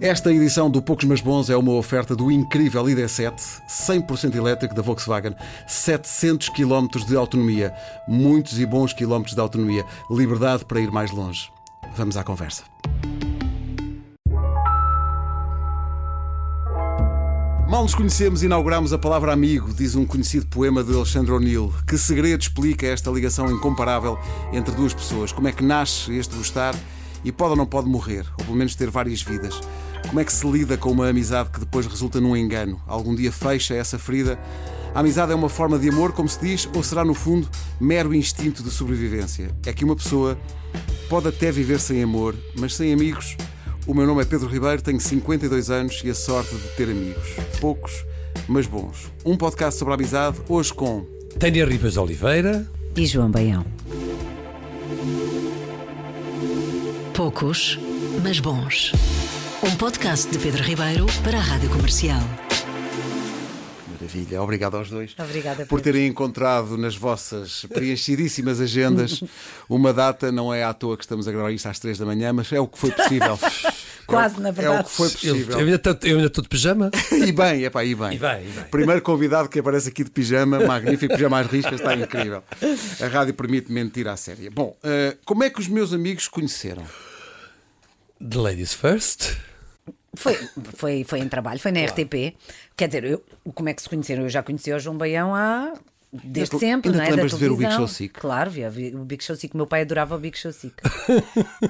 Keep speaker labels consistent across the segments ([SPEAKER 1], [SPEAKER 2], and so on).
[SPEAKER 1] Esta edição do Poucos Mas Bons é uma oferta do incrível ID7, 100% elétrico da Volkswagen, 700 km de autonomia, muitos e bons quilómetros de autonomia, liberdade para ir mais longe. Vamos à conversa. Mal nos conhecemos, inauguramos a palavra amigo, diz um conhecido poema de Alexandre O'Neill. Que segredo explica esta ligação incomparável entre duas pessoas? Como é que nasce este gostar e pode ou não pode morrer, ou pelo menos ter várias vidas? Como é que se lida com uma amizade que depois resulta num engano? Algum dia fecha essa ferida? A amizade é uma forma de amor, como se diz, ou será no fundo mero instinto de sobrevivência? É que uma pessoa pode até viver sem amor, mas sem amigos o meu nome é Pedro Ribeiro, tenho 52 anos e a sorte de ter amigos. Poucos, mas bons. Um podcast sobre a amizade, hoje com.
[SPEAKER 2] Tânia Ribas Oliveira.
[SPEAKER 3] E João Baião. Poucos, mas bons. Um podcast de Pedro Ribeiro para a Rádio Comercial.
[SPEAKER 1] Maravilha, obrigado aos dois.
[SPEAKER 3] Obrigada,
[SPEAKER 1] Por terem encontrado nas vossas preenchidíssimas agendas uma data, não é à toa que estamos a gravar isto às 3 da manhã, mas é o que foi possível.
[SPEAKER 4] Quase,
[SPEAKER 1] É o-
[SPEAKER 4] na verdade.
[SPEAKER 1] É o que foi
[SPEAKER 2] Eu,
[SPEAKER 1] possível.
[SPEAKER 2] eu ainda tô- eu ainda estou de pijama.
[SPEAKER 1] E bem, é pá, e bem.
[SPEAKER 2] E bem, e bem.
[SPEAKER 1] Primeiro convidado que aparece aqui de pijama, magnífico, pijama às riscas, está incrível. A rádio permite mentir à séria. Bom, eh, como é que os meus amigos se conheceram?
[SPEAKER 2] The Ladies First.
[SPEAKER 4] Foi, foi, foi em trabalho, foi na RTP. Quer dizer, eu, como é que se conheceram? Eu já conheci o João Baião há. Desde
[SPEAKER 1] Ainda te-
[SPEAKER 4] sempre,
[SPEAKER 1] ainda
[SPEAKER 4] não é?
[SPEAKER 1] te lembras
[SPEAKER 4] da
[SPEAKER 1] de ver o Big
[SPEAKER 4] televisão.
[SPEAKER 1] Show Sick?
[SPEAKER 4] Claro, via, via o Big Show Sick. O meu pai adorava o Big Show Sick.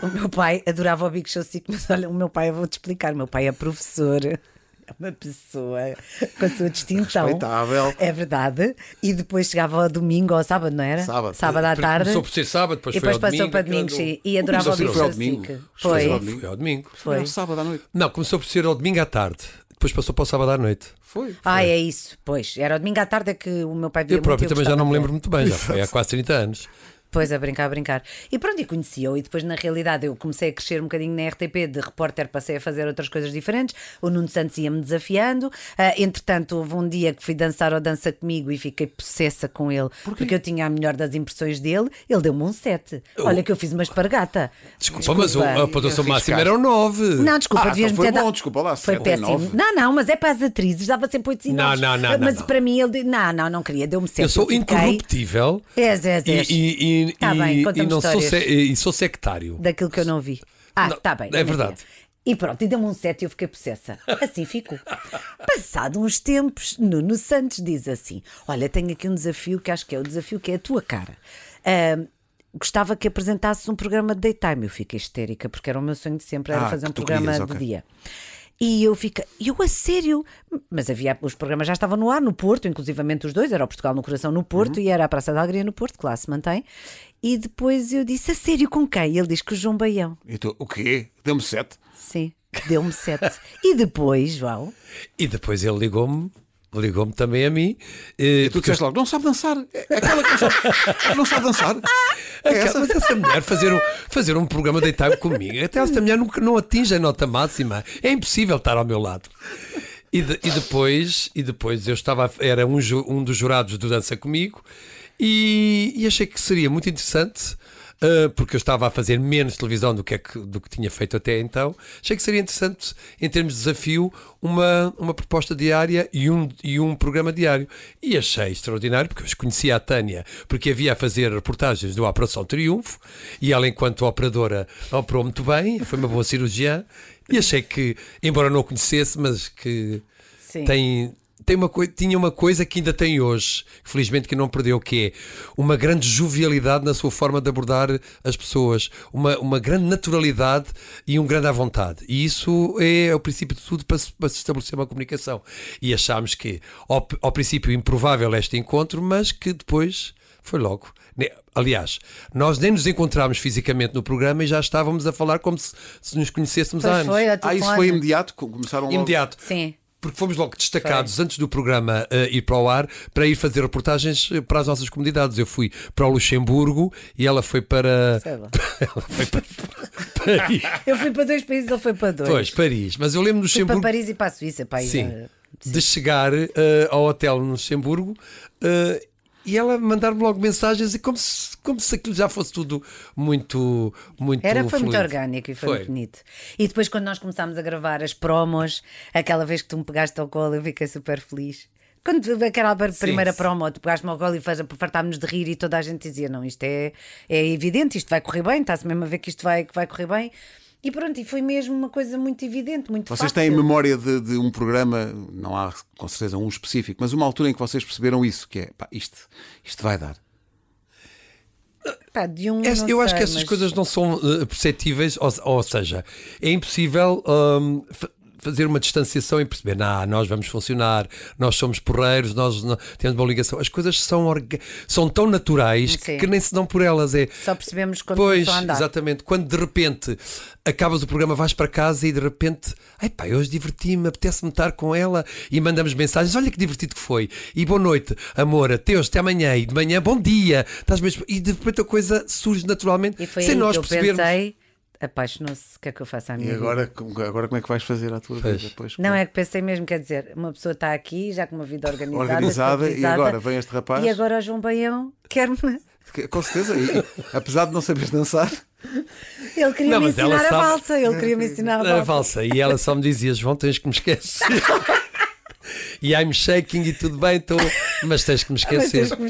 [SPEAKER 4] o meu pai adorava o Big Show Sick, mas olha, o meu pai, eu vou-te explicar, o meu pai é professor. É uma pessoa com a sua distinção.
[SPEAKER 1] Respeitável.
[SPEAKER 4] É verdade. E depois chegava ao domingo ou ao sábado, não era?
[SPEAKER 1] Sábado.
[SPEAKER 4] à tarde.
[SPEAKER 2] Começou por ser sábado, depois
[SPEAKER 4] e
[SPEAKER 2] foi
[SPEAKER 4] depois
[SPEAKER 2] ao
[SPEAKER 4] passou
[SPEAKER 2] domingo.
[SPEAKER 4] para
[SPEAKER 2] aquilo
[SPEAKER 4] domingo,
[SPEAKER 2] andou-
[SPEAKER 4] sim. E adorava o
[SPEAKER 1] começou
[SPEAKER 4] Big
[SPEAKER 1] a ser ao
[SPEAKER 4] Show
[SPEAKER 1] domingo.
[SPEAKER 4] Sick.
[SPEAKER 1] Foi ao
[SPEAKER 4] Foi.
[SPEAKER 1] domingo.
[SPEAKER 2] Foi ao domingo.
[SPEAKER 4] Foi.
[SPEAKER 1] Não, um sábado à noite.
[SPEAKER 2] Não, começou por ser ao domingo à tarde. Depois passou para o sábado à noite.
[SPEAKER 1] Foi.
[SPEAKER 4] Ah, é isso. Pois, era o domingo à tarde é que o meu pai via
[SPEAKER 2] Eu próprio
[SPEAKER 4] muito,
[SPEAKER 2] também já
[SPEAKER 4] gostava
[SPEAKER 2] não me
[SPEAKER 4] de ver.
[SPEAKER 2] lembro muito bem, já foi há quase 30 anos.
[SPEAKER 4] Pois, a brincar, a brincar. E pronto, e conheci-o. E depois, na realidade, eu comecei a crescer um bocadinho na RTP de repórter, passei a fazer outras coisas diferentes. O Nuno Santos ia-me desafiando. Ah, entretanto, houve um dia que fui dançar ao Dança Comigo e fiquei possessa com ele, porque eu tinha a melhor das impressões dele. Ele deu-me um 7. Olha que eu fiz uma espargata.
[SPEAKER 2] Desculpa, mas o- a pontuação
[SPEAKER 1] Arriscaste.
[SPEAKER 2] máxima era o 9.
[SPEAKER 4] Não, desculpa,
[SPEAKER 1] Ah,
[SPEAKER 4] devias
[SPEAKER 1] então foi
[SPEAKER 4] me ter
[SPEAKER 1] bom,
[SPEAKER 4] dado-
[SPEAKER 1] desculpa lá,
[SPEAKER 4] Foi
[SPEAKER 1] 7 e
[SPEAKER 4] péssimo.
[SPEAKER 1] 9.
[SPEAKER 4] Não, não, mas é para as atrizes, dava sempre 8
[SPEAKER 2] Não,
[SPEAKER 4] sinais.
[SPEAKER 2] não, não, não,
[SPEAKER 4] Mas
[SPEAKER 2] não.
[SPEAKER 4] para mim, ele disse: não, não, não queria, deu-me 7.
[SPEAKER 2] Eu sou incorruptível.
[SPEAKER 4] És, és,
[SPEAKER 2] E,
[SPEAKER 4] és.
[SPEAKER 2] e, e,
[SPEAKER 4] Tá
[SPEAKER 2] e-
[SPEAKER 4] bem, conta-me
[SPEAKER 2] e não sou,
[SPEAKER 4] histórias.
[SPEAKER 2] se- e sou sectário.
[SPEAKER 4] daquilo que eu não vi. Ah,
[SPEAKER 2] Não,
[SPEAKER 4] está bem.
[SPEAKER 2] é verdade.
[SPEAKER 4] E pronto, e deu-me um 7 e eu fiquei possessa. Assim ficou. Passado uns tempos, Nuno Santos diz assim: Olha, tenho aqui um desafio que acho que é o desafio que é a tua cara. Ahm, gostava que apresentasses um programa de daytime. Eu fiquei histérica, porque era o meu sonho de sempre, era
[SPEAKER 1] Ah,
[SPEAKER 4] fazer um
[SPEAKER 1] que tu
[SPEAKER 4] programa
[SPEAKER 1] querias,
[SPEAKER 4] de
[SPEAKER 1] ok.
[SPEAKER 4] dia. E eu fiquei, eu a sério? Mas havia, os programas já estavam no ar no Porto, inclusivamente os dois, era o Portugal no Coração no
[SPEAKER 1] Uhum.
[SPEAKER 4] Porto e era a Praça da Alegria no Porto, que lá se mantém. E depois eu disse, a sério com quem? Ele diz que o João Baião.
[SPEAKER 1] Então, o quê? Deu-me 7.
[SPEAKER 4] Sim, deu-me sete. e depois, João,
[SPEAKER 2] E depois ele ligou-me, ligou-me também a mim. eh,
[SPEAKER 1] E tu
[SPEAKER 2] porque eu
[SPEAKER 1] disseste logo, não sabe dançar. É Aquela que não sabe, não sabe dançar.
[SPEAKER 4] Ah,
[SPEAKER 1] É
[SPEAKER 2] Essa,
[SPEAKER 1] essa.
[SPEAKER 2] mas essa mulher fazer um, fazer um programa de daytime comigo, até essa mulher nunca não atinge a nota máxima. É impossível estar ao meu lado. E, de- e depois, e depois eu estava, a- era um, ju- um dos jurados do Dança Comigo e, e achei que seria muito interessante. ah, porque eu estava a fazer menos televisão do que, é que- do que tinha feito até então, achei que seria interessante, em termos de desafio, uma, uma proposta diária e um, e um programa diário. E achei extraordinário, porque eu conhecia a Tânia, porque havia a fazer reportagens do Operação Triunfo, e ela, enquanto operadora, operou muito bem, foi uma boa cirurgiã, e achei que, embora não a conhecesse, mas que
[SPEAKER 4] Sim.
[SPEAKER 2] tem. Tem uma coi- tinha uma coisa que ainda tem hoje, que felizmente que não perdeu, que é uma grande jovialidade na sua forma de abordar as pessoas, uma, uma grande naturalidade e um grande à vontade. E isso é o princípio de tudo para se, para se estabelecer uma comunicação. E achámos que, ao, p- ao princípio, improvável este encontro, mas que depois foi logo. Ne- Aliás, nós nem nos encontrámos fisicamente no programa e já estávamos a falar como se, se nos conhecêssemos há
[SPEAKER 4] pois
[SPEAKER 2] anos.
[SPEAKER 4] foi ao
[SPEAKER 1] Ah, isso
[SPEAKER 4] telefone.
[SPEAKER 1] foi imediato? Começaram logo.
[SPEAKER 2] Imediato.
[SPEAKER 4] Sim.
[SPEAKER 2] Porque fomos logo destacados antes do programa eh, ir para o ar para ir fazer reportagens eh, para as nossas comunidades. Eu fui para o Luxemburgo e ela foi para.
[SPEAKER 4] Sei lá.
[SPEAKER 2] ela foi para Paris.
[SPEAKER 4] Eu fui para dois países, ele foi para dois.
[SPEAKER 2] Pois, Paris. Mas eu lembro do
[SPEAKER 4] fui para
[SPEAKER 2] Luxemburgo.
[SPEAKER 4] Paris é, e para a Suíça, para ir
[SPEAKER 2] Sim.
[SPEAKER 4] a-
[SPEAKER 2] De chegar eh, ao hotel no Luxemburgo eh, e ela mandar-me logo mensagens e como se, como se aquilo já fosse tudo muito, muito
[SPEAKER 4] Era, foi muito
[SPEAKER 2] fluido.
[SPEAKER 4] orgânico e foi, muito bonito. E depois, quando nós começámos a gravar as promos, aquela vez que tu me pegaste ao colo, eu fiquei super feliz. Quando aquela bar- primeira
[SPEAKER 2] sim.
[SPEAKER 4] promo, tu pegaste-me ao colo e faz- fartámos de rir e toda a gente dizia: Não, isto é, é evidente, isto vai correr bem, está-se mesmo a ver que isto vai, que vai correr bem. E pronto, e foi mesmo uma coisa muito evidente, muito
[SPEAKER 1] Vocês
[SPEAKER 4] fácil.
[SPEAKER 1] têm memória de, de um programa, não há com certeza um específico, mas uma altura em que vocês perceberam isso, que é pá, isto, isto vai dar.
[SPEAKER 4] Pá, de um,
[SPEAKER 2] Essa-
[SPEAKER 4] não
[SPEAKER 2] eu acho
[SPEAKER 4] sei,
[SPEAKER 2] que essas
[SPEAKER 4] mas-
[SPEAKER 2] coisas não são eh, perceptíveis, ou, se- ou seja, é impossível hum, fa- fazer uma distanciação e perceber, não, nós vamos funcionar, nós somos porreiros, nós não- temos uma ligação. As coisas são, orga- são tão naturais que,
[SPEAKER 4] Sim.
[SPEAKER 2] que nem se dão por elas. É,
[SPEAKER 4] Só percebemos quando
[SPEAKER 2] pois,
[SPEAKER 4] começou a andar.
[SPEAKER 2] exatamente. Quando de repente acabas o programa, vais para casa e de repente, ai pá, hoje diverti-me, apetece-me estar com ela e mandamos mensagens. Olha que divertido que foi. E boa noite, amor, adeus, até amanhã. E de manhã, bom dia. Estás mesmo... E de repente a coisa surge naturalmente,
[SPEAKER 4] E foi
[SPEAKER 2] sem
[SPEAKER 4] aí
[SPEAKER 2] nós
[SPEAKER 4] que eu
[SPEAKER 2] percebermos.
[SPEAKER 4] pensei: Apaixonou-se, o que é que eu faço à minha
[SPEAKER 1] E
[SPEAKER 4] vida?
[SPEAKER 1] agora, como- agora como é que vais fazer à tua vida? Pois,
[SPEAKER 4] Não, é que pensei mesmo, quer dizer, uma pessoa está aqui, já com uma vida organizada.
[SPEAKER 1] Organizada, e
[SPEAKER 4] estabilizada,
[SPEAKER 1] agora vem este rapaz?
[SPEAKER 4] E agora o João Baião quer-me.
[SPEAKER 1] claro. Com certeza, e- e, apesar de não saberes dançar,
[SPEAKER 4] Ele queria
[SPEAKER 2] Não,
[SPEAKER 4] me
[SPEAKER 2] mas ela
[SPEAKER 4] ensinar a
[SPEAKER 2] sabe-
[SPEAKER 4] valsa. Ele queria me ensinar a
[SPEAKER 2] Era
[SPEAKER 4] valsa.
[SPEAKER 2] falsa. Ah, E ela só me dizia: João, tens que me esquecer. E I'm shaking e tudo bem, então, mas tens que me
[SPEAKER 4] Ah, Mas
[SPEAKER 2] esquecer.
[SPEAKER 4] tens que me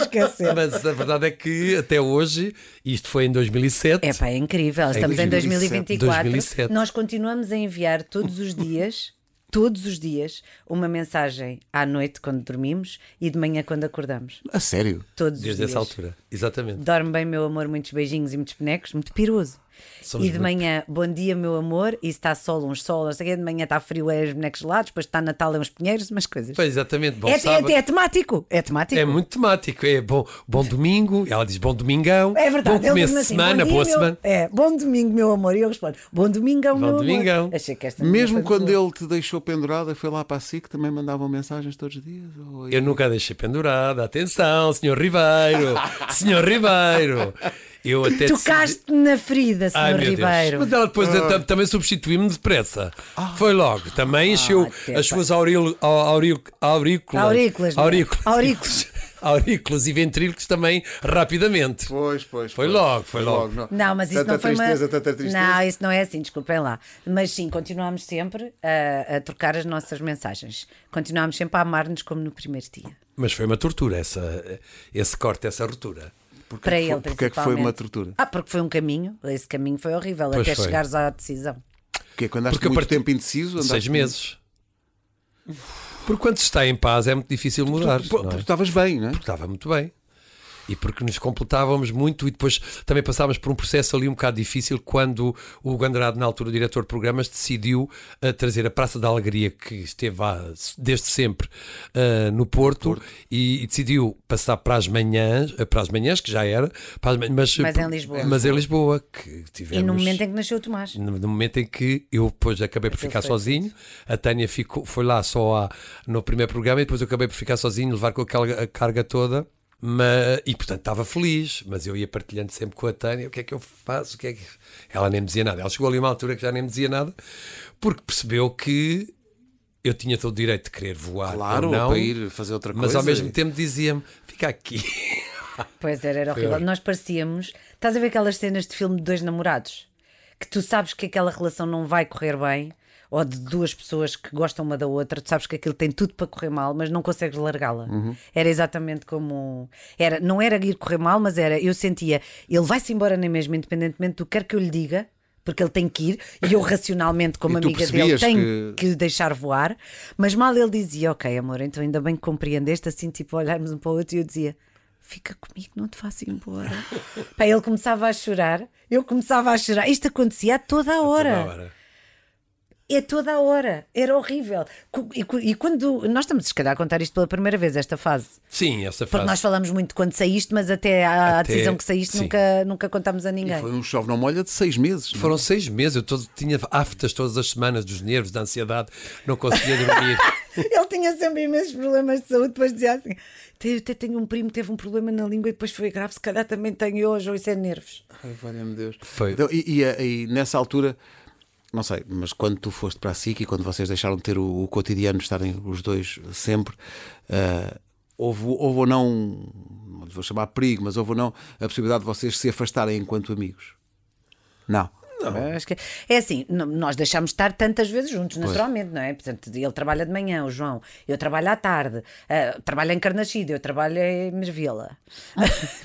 [SPEAKER 4] esquecer.
[SPEAKER 2] Mas a verdade é que até hoje, isto foi em 2007,
[SPEAKER 4] É pá, é incrível. Estamos em
[SPEAKER 1] 2007.
[SPEAKER 4] 2024.
[SPEAKER 2] 2007.
[SPEAKER 4] Nós continuamos a enviar todos os dias, todos os dias, uma mensagem à noite quando dormimos e de manhã quando acordamos.
[SPEAKER 1] a sério.
[SPEAKER 4] Todos
[SPEAKER 2] desde
[SPEAKER 4] os dias.
[SPEAKER 2] essa altura. Exatamente.
[SPEAKER 4] Dorme bem, meu amor, muitos beijinhos e muitos bonecos, muito piroso.
[SPEAKER 2] Somos
[SPEAKER 4] e de
[SPEAKER 2] muito-
[SPEAKER 4] manhã, bom dia, meu amor, e se está sol, uns sol, não sei o quê, de manhã está frio, é os bonecos gelados, depois está Natal, é uns pinheiros, umas coisas.
[SPEAKER 2] Pois, exatamente. Bom
[SPEAKER 4] é, é,
[SPEAKER 2] sábado.
[SPEAKER 4] é temático, é temático.
[SPEAKER 2] É muito temático. É bom, bom domingo. Ela diz bom domingão.
[SPEAKER 4] É verdade,
[SPEAKER 2] Bom começo
[SPEAKER 4] diz-me
[SPEAKER 2] de semana,
[SPEAKER 4] "Bom dia,
[SPEAKER 2] boa
[SPEAKER 4] meu-"
[SPEAKER 2] semana.
[SPEAKER 4] É, bom domingo, meu amor. E eu respondo, bom domingão,
[SPEAKER 2] Bom
[SPEAKER 4] meu amor.
[SPEAKER 2] domingão.
[SPEAKER 4] Achei que esta menina
[SPEAKER 1] Mesmo
[SPEAKER 4] foi
[SPEAKER 1] quando
[SPEAKER 4] muito boa.
[SPEAKER 1] ele te deixou pendurada, foi lá para a SIC, também mandavam mensagens todos os dias? Ou-
[SPEAKER 2] Eu nunca a deixei pendurada. Atenção, senhor Ribeiro. senhor Ribeiro. Eu até
[SPEAKER 4] Tocaste-me na ferida,
[SPEAKER 2] Ai,
[SPEAKER 4] senhor
[SPEAKER 2] meu
[SPEAKER 4] Ribeiro.
[SPEAKER 2] Deus. Mas ela depois tam- também substituiu-me depressa. Foi logo. Também encheu
[SPEAKER 4] Ah, até
[SPEAKER 2] as suas auril, au- auril, aurículas.
[SPEAKER 4] Aurículas, não é?
[SPEAKER 2] Aurículas.
[SPEAKER 4] Aurículos.
[SPEAKER 2] Aurículas e ventrículos também rapidamente.
[SPEAKER 1] Pois, pois.
[SPEAKER 2] Foi
[SPEAKER 1] pois.
[SPEAKER 2] logo, foi logo.
[SPEAKER 4] Não, mas isso
[SPEAKER 1] tanta
[SPEAKER 4] não foi
[SPEAKER 1] tristeza,
[SPEAKER 4] uma...
[SPEAKER 1] tanta tristeza.
[SPEAKER 4] Não, isso não é assim, desculpem lá. Mas sim, continuámos sempre a, a trocar as nossas mensagens. Continuámos sempre a amar-nos como no primeiro dia.
[SPEAKER 2] Mas foi uma tortura essa, esse corte, essa ruptura.
[SPEAKER 1] Porquê
[SPEAKER 4] Para
[SPEAKER 1] que
[SPEAKER 4] ele,
[SPEAKER 1] foi- Porquê é que foi
[SPEAKER 4] principalmente.
[SPEAKER 1] uma tortura?
[SPEAKER 4] Ah, porque foi um caminho. Esse caminho foi horrível,
[SPEAKER 2] Pois
[SPEAKER 4] até
[SPEAKER 2] foi.
[SPEAKER 4] chegares à decisão.
[SPEAKER 1] Porque quando andaste
[SPEAKER 2] Porque a
[SPEAKER 1] muito
[SPEAKER 2] partir-
[SPEAKER 1] tempo indeciso... andaste
[SPEAKER 2] Seis
[SPEAKER 1] muito-
[SPEAKER 2] meses. Porque quando se está em paz é muito difícil mudar.
[SPEAKER 1] Pô,
[SPEAKER 2] não é?
[SPEAKER 1] Porque estavas bem, não é?
[SPEAKER 2] porque estava muito bem. E porque nos completávamos muito e depois também passávamos por um processo ali um bocado difícil quando o Hugo Andrade, na altura o diretor de programas, decidiu eh, trazer a Praça da Alegria, que esteve há- desde sempre eh, no Porto, E, e decidiu passar para as manhãs, eh, para as manhãs, que já era, para as manhãs, mas,
[SPEAKER 4] Mas em Lisboa.
[SPEAKER 2] Mas em Lisboa, que
[SPEAKER 4] E
[SPEAKER 2] tivemos
[SPEAKER 4] no momento em que nasceu o Tomás.
[SPEAKER 2] no, no momento em que eu depois acabei por ficar
[SPEAKER 4] foi
[SPEAKER 2] sozinho, a Tânia ficou, foi lá só à- no primeiro programa e depois eu acabei por ficar sozinho, levar com aquela a carga toda. Mas, e portanto estava feliz, mas eu ia partilhando sempre com a Tânia o que é que eu faço, o que é que... Ela nem me dizia nada. Ela chegou ali a uma altura que já nem me dizia nada, porque percebeu que eu tinha todo o direito de querer voar.
[SPEAKER 1] Claro,
[SPEAKER 2] ou não,
[SPEAKER 1] para ir fazer outra
[SPEAKER 2] Mas
[SPEAKER 1] coisa.
[SPEAKER 2] ao mesmo tempo dizia-me: fica aqui.
[SPEAKER 4] Pois era, era horrível. Nós parecíamos. Estás a ver aquelas cenas de filme de dois namorados? Que tu sabes que aquela relação não vai correr bem, ou de duas pessoas que gostam uma da outra, tu sabes que aquilo tem tudo para correr mal, mas não consegues largá-la.
[SPEAKER 1] Uhum.
[SPEAKER 4] Era exatamente como. Era, não era ir correr mal, mas era. Eu sentia, ele vai-se embora nem mesmo, independentemente do que quer que eu lhe diga. Porque ele tem que ir, e eu racionalmente, como
[SPEAKER 1] E tu
[SPEAKER 4] amiga dele,
[SPEAKER 1] percebias
[SPEAKER 4] tenho
[SPEAKER 1] que-
[SPEAKER 4] que deixar voar. Mas mal ele dizia, ok, amor, então ainda bem que compreendeste, assim, tipo, olharmos um para o outro, e eu dizia, fica comigo, não te faço ir embora. Pá, ele começava a chorar, eu começava a chorar. Isto acontecia a toda a hora.
[SPEAKER 2] Toda hora.
[SPEAKER 4] É toda a hora. Era horrível. Cu- E, cu- e quando. Nós estamos, se calhar, a contar isto pela primeira vez, esta fase.
[SPEAKER 2] Sim, essa
[SPEAKER 4] Porque
[SPEAKER 2] frase.
[SPEAKER 4] nós falamos muito de quando saíste, mas até à à
[SPEAKER 2] Até-
[SPEAKER 4] decisão que saíste
[SPEAKER 2] sim.
[SPEAKER 4] nunca, nunca contámos a ninguém.
[SPEAKER 1] Foi um chove não molha de seis meses. não é?
[SPEAKER 2] Foram seis meses, eu todo- tinha aftas todas as semanas dos nervos, da ansiedade, não conseguia dormir.
[SPEAKER 4] Ele tinha sempre imensos problemas de saúde, depois dizia assim: "Te- até tenho um primo que teve um problema na língua e depois foi grave, se calhar também tenho hoje, ou isso é nervos.
[SPEAKER 1] Ai, valha-me Deus.
[SPEAKER 2] Foi.
[SPEAKER 1] Então, e, e- e nessa altura, não sei, mas quando tu foste para a SIC e quando vocês deixaram de ter o, o cotidiano, de estarem os dois sempre, ah, houve, houve ou não, não vou chamar perigo, mas houve ou não a possibilidade de vocês se afastarem enquanto amigos? Não.
[SPEAKER 4] Acho que- É assim, n- nós deixámos de estar tantas vezes juntos, naturalmente, não é? Portanto, ele trabalha de manhã, o João, eu trabalho à tarde, ah, trabalho em Carnachide, eu trabalho em Mervila.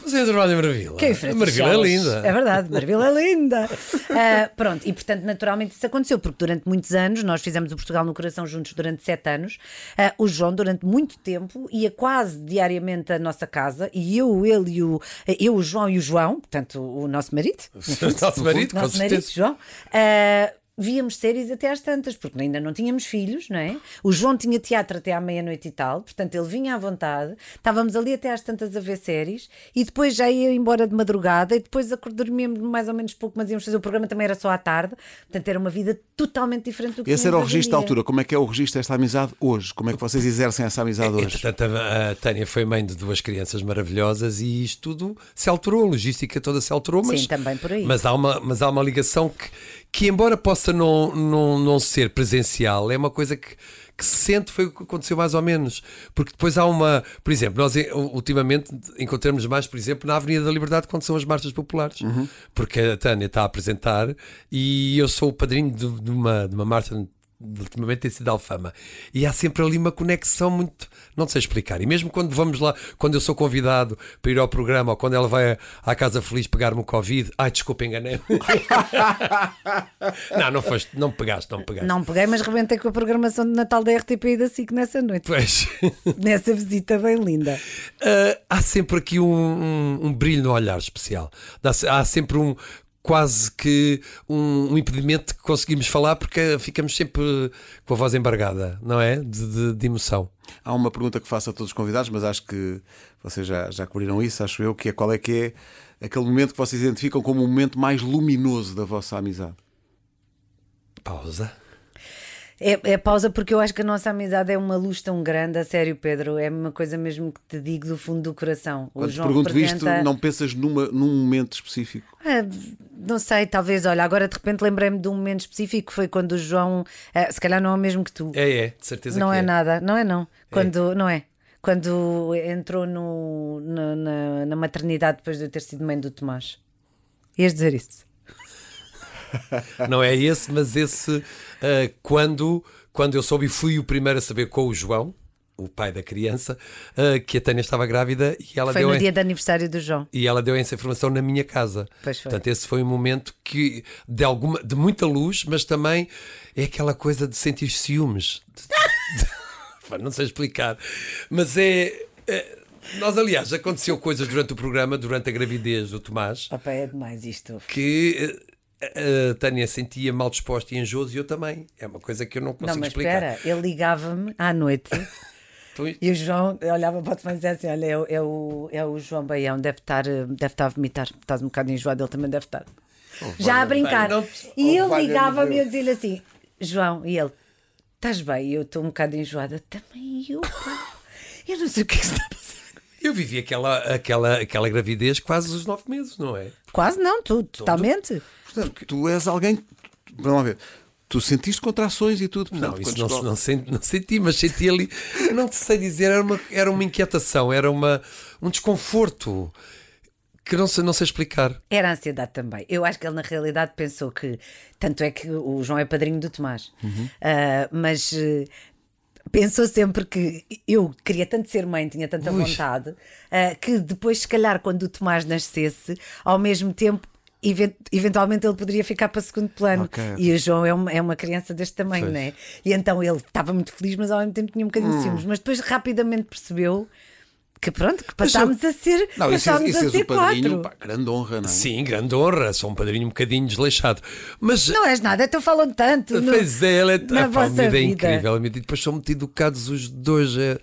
[SPEAKER 2] Vocês trabalham em Marvila.
[SPEAKER 4] Que é em Francisco
[SPEAKER 2] Marvila é
[SPEAKER 4] Alves.
[SPEAKER 2] linda.
[SPEAKER 4] É verdade, Marvila é linda. Ah, pronto, e portanto, naturalmente isso aconteceu, porque durante muitos anos nós fizemos o Portugal no Coração juntos durante sete anos. Ah, o João, durante muito tempo, ia quase diariamente à nossa casa e eu, ele e o, eu, o João e o João, portanto, o nosso marido,
[SPEAKER 2] Nosso marido, com
[SPEAKER 4] nosso marido,
[SPEAKER 2] certeza.
[SPEAKER 4] João. ah, Víamos séries até às tantas, porque ainda não tínhamos filhos, não é? O João tinha teatro até à meia-noite e tal, portanto ele vinha à vontade, estávamos ali até às tantas a ver séries e depois já ia embora de madrugada e depois acor- dormíamos mais ou menos pouco, mas íamos fazer o programa também era só à tarde, portanto era uma vida totalmente diferente do que
[SPEAKER 1] Esse era o
[SPEAKER 4] tínhamos hoje em
[SPEAKER 1] registro da
[SPEAKER 4] dia.
[SPEAKER 1] altura. Como é que é o registro desta amizade hoje? Como é que vocês exercem essa amizade hoje?
[SPEAKER 2] Entretanto, a, a Tânia foi mãe de duas crianças maravilhosas e isto tudo se alterou, a logística toda se alterou, mas,
[SPEAKER 4] Sim, também por aí.
[SPEAKER 2] mas há uma, mas há uma ligação que, que embora possa não, não, não ser presencial, é uma coisa que, que se sente, foi o que aconteceu mais ou menos. Porque depois há uma, por exemplo, nós eh, ultimamente encontramos mais, por exemplo, na Avenida da Liberdade, quando são as marchas populares,
[SPEAKER 4] Uhum.
[SPEAKER 2] porque a Tânia está a apresentar e eu sou o padrinho de, de uma, de uma marcha ultimamente tem sido Alfama. E há sempre ali uma conexão muito. Não sei explicar. E mesmo quando vamos lá, quando eu sou convidado para ir ao programa ou quando ela vai à Casa Feliz pegar-me o Covid. Ai, desculpa, enganei. não, não foste, não me pegaste, não me pegaste.
[SPEAKER 4] Não peguei, mas rebentei com a programação de Natal da RTP e da SIC nessa noite,
[SPEAKER 2] Pois.
[SPEAKER 4] nessa visita bem linda.
[SPEAKER 2] Ah, há sempre aqui um, um- um brilho no olhar especial. Dá se- Há sempre um. Quase que um, um impedimento que conseguimos falar porque ficamos sempre com a voz embargada, não é? De- de- de emoção.
[SPEAKER 1] Há uma pergunta que faço a todos os convidados, mas acho que vocês já, já cobriram isso, acho eu, que é qual é que é aquele momento que vocês identificam como o momento mais luminoso da vossa amizade.
[SPEAKER 2] Pausa.
[SPEAKER 4] É, é pausa porque eu acho que a nossa amizade é uma luz tão grande, a sério, Pedro. É uma coisa mesmo que te digo do fundo do coração. O
[SPEAKER 1] Quando te
[SPEAKER 4] João
[SPEAKER 1] pergunto
[SPEAKER 4] representa-
[SPEAKER 1] isto, não pensas numa, num momento específico.
[SPEAKER 4] Ah, não sei, talvez. Olha, agora de repente lembrei-me de um momento específico. Foi quando o João. ah, se calhar não é o mesmo que tu.
[SPEAKER 2] É, é, de certeza
[SPEAKER 4] não
[SPEAKER 2] que
[SPEAKER 4] é, nada, não é? Não. Quando. Não é. Quando entrou no, na, na- na maternidade depois de eu ter sido mãe do Tomás. Ias dizer isso.
[SPEAKER 2] Não é esse, mas esse ah, quando, quando eu soube e fui o primeiro a saber com o João, o pai da criança, ah, que a Tânia estava grávida e ela
[SPEAKER 4] Foi
[SPEAKER 2] deu
[SPEAKER 4] no
[SPEAKER 2] em-
[SPEAKER 4] dia de aniversário do João.
[SPEAKER 2] e ela deu essa informação na minha casa.
[SPEAKER 4] Pois foi.
[SPEAKER 2] Portanto, esse foi um momento que de alguma de muita luz, mas também é aquela coisa de sentir ciúmes. De- de- Pá, Não sei explicar, mas é, é- nós aliás aconteceu coisas durante o programa, durante a gravidez do Tomás,
[SPEAKER 4] Papai, é demais isto.
[SPEAKER 2] que eh, a Tânia sentia mal disposta e enjoso e eu também. É uma coisa que eu não consigo
[SPEAKER 4] Não, mas
[SPEAKER 2] explicar.
[SPEAKER 4] espera, ele ligava-me à noite
[SPEAKER 2] Então,
[SPEAKER 4] e o João olhava para o Tomás e dizia assim: Olha, é o, é o, é o João Baião, deve estar, eh, deve estar a vomitar, estás um bocado enjoado, ele também deve estar. Já a brincar.
[SPEAKER 2] não-
[SPEAKER 4] e
[SPEAKER 1] oh,
[SPEAKER 4] eu
[SPEAKER 1] valha-me
[SPEAKER 4] ligava-me e eu
[SPEAKER 1] Deus.
[SPEAKER 4] dizia-lhe assim: João, e ele, estás bem? Eu estou um bocado enjoada, também eu. pá. Eu não sei o que é que está a passar.
[SPEAKER 2] Eu vivi aquela, aquela, aquela gravidez quase os nove meses, não é?
[SPEAKER 4] Quase não, tu, totalmente.
[SPEAKER 1] Portanto, tu és alguém. que- Vamos lá ver. Tu sentiste contrações e tudo.
[SPEAKER 2] Não,
[SPEAKER 1] portanto,
[SPEAKER 2] isso
[SPEAKER 1] quando
[SPEAKER 2] não, se-
[SPEAKER 1] escolhe-
[SPEAKER 2] não, senti, não senti, mas senti ali. Não te sei dizer, era uma, era uma inquietação, era uma, um desconforto que não sei, não sei explicar.
[SPEAKER 4] Era ansiedade também. Eu acho que ele, na realidade, pensou que. Tanto é que o João é padrinho do Tomás.
[SPEAKER 1] Uhum.
[SPEAKER 4] Ah, mas. eh, Pensou sempre que eu queria tanto ser mãe, tinha tanta
[SPEAKER 2] Ui.
[SPEAKER 4] vontade, ah, que depois, se calhar, quando o Tomás nascesse, ao mesmo tempo, even- eventualmente ele poderia ficar para segundo plano.
[SPEAKER 1] Ok, ok.
[SPEAKER 4] E o João é uma, é uma criança deste tamanho,
[SPEAKER 2] Pois.
[SPEAKER 4] não é? E então ele estava muito feliz, mas ao mesmo tempo tinha um bocadinho
[SPEAKER 1] Hum.
[SPEAKER 4] de ciúmes. Mas depois rapidamente percebeu que pronto, que passámos a ser.
[SPEAKER 1] Não, isso, é-
[SPEAKER 4] passámos
[SPEAKER 1] isso
[SPEAKER 4] a
[SPEAKER 1] és
[SPEAKER 4] ser
[SPEAKER 1] o padrinho,
[SPEAKER 4] quatro.
[SPEAKER 1] pá, grande honra, não é?
[SPEAKER 2] Sim, grande honra, sou um padrinho um bocadinho desleixado. Mas
[SPEAKER 4] Não és nada, então falam tanto. no-
[SPEAKER 2] Pois é, ela é,
[SPEAKER 4] na
[SPEAKER 2] Ah, pá,
[SPEAKER 4] vossa
[SPEAKER 2] uma ideia
[SPEAKER 4] vida.
[SPEAKER 2] incrível. E depois são muito educados os dois. é,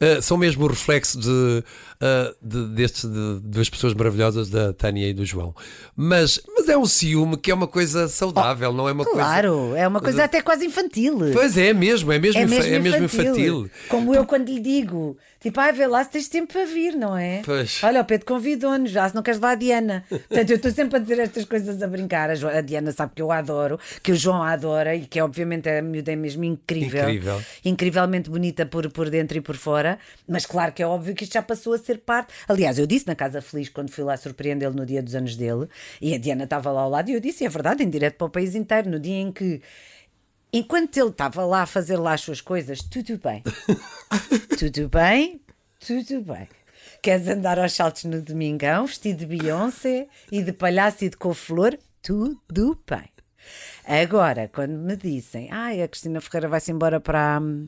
[SPEAKER 2] é, são mesmo o reflexo de ah, de, destes, de, duas pessoas maravilhosas, da Tânia e do João. Mas, mas é um ciúme que é uma coisa saudável, não é uma coisa.
[SPEAKER 4] Claro, é uma coisa até quase infantil.
[SPEAKER 2] Pois é, é mesmo, é mesmo,
[SPEAKER 4] é
[SPEAKER 2] infa-
[SPEAKER 4] mesmo,
[SPEAKER 2] é mesmo
[SPEAKER 4] infantil.
[SPEAKER 2] infantil.
[SPEAKER 4] Como eu quando lhe digo, tipo, ai, vê lá se tens tempo para vir, não é?
[SPEAKER 2] Pois.
[SPEAKER 4] Olha, o Pedro convidou-nos, já se não queres levar a Diana. Portanto, eu estou sempre a dizer estas coisas a brincar. A, Jo- a Diana sabe que eu a adoro, que o João a adora e que obviamente a miúda é mesmo incrível.
[SPEAKER 2] Incrível.
[SPEAKER 4] Incrivelmente bonita por, por dentro e por fora. Mas claro que é óbvio que isto já passou a ser parte. Aliás, eu disse na Casa Feliz, quando fui lá surpreendê-lo no dia dos anos dele, e a Diana estava lá ao lado, e eu disse, e é verdade, em direto para o país inteiro, no dia em que Enquanto ele estava lá a fazer lá as suas coisas, tudo bem. tudo bem, tudo bem. Queres andar aos saltos no domingão, vestido de Beyoncé e de palhaço e de couve-flor? Tudo bem. Agora, quando me dizem, ai, a Cristina Ferreira vai-se embora para. hum,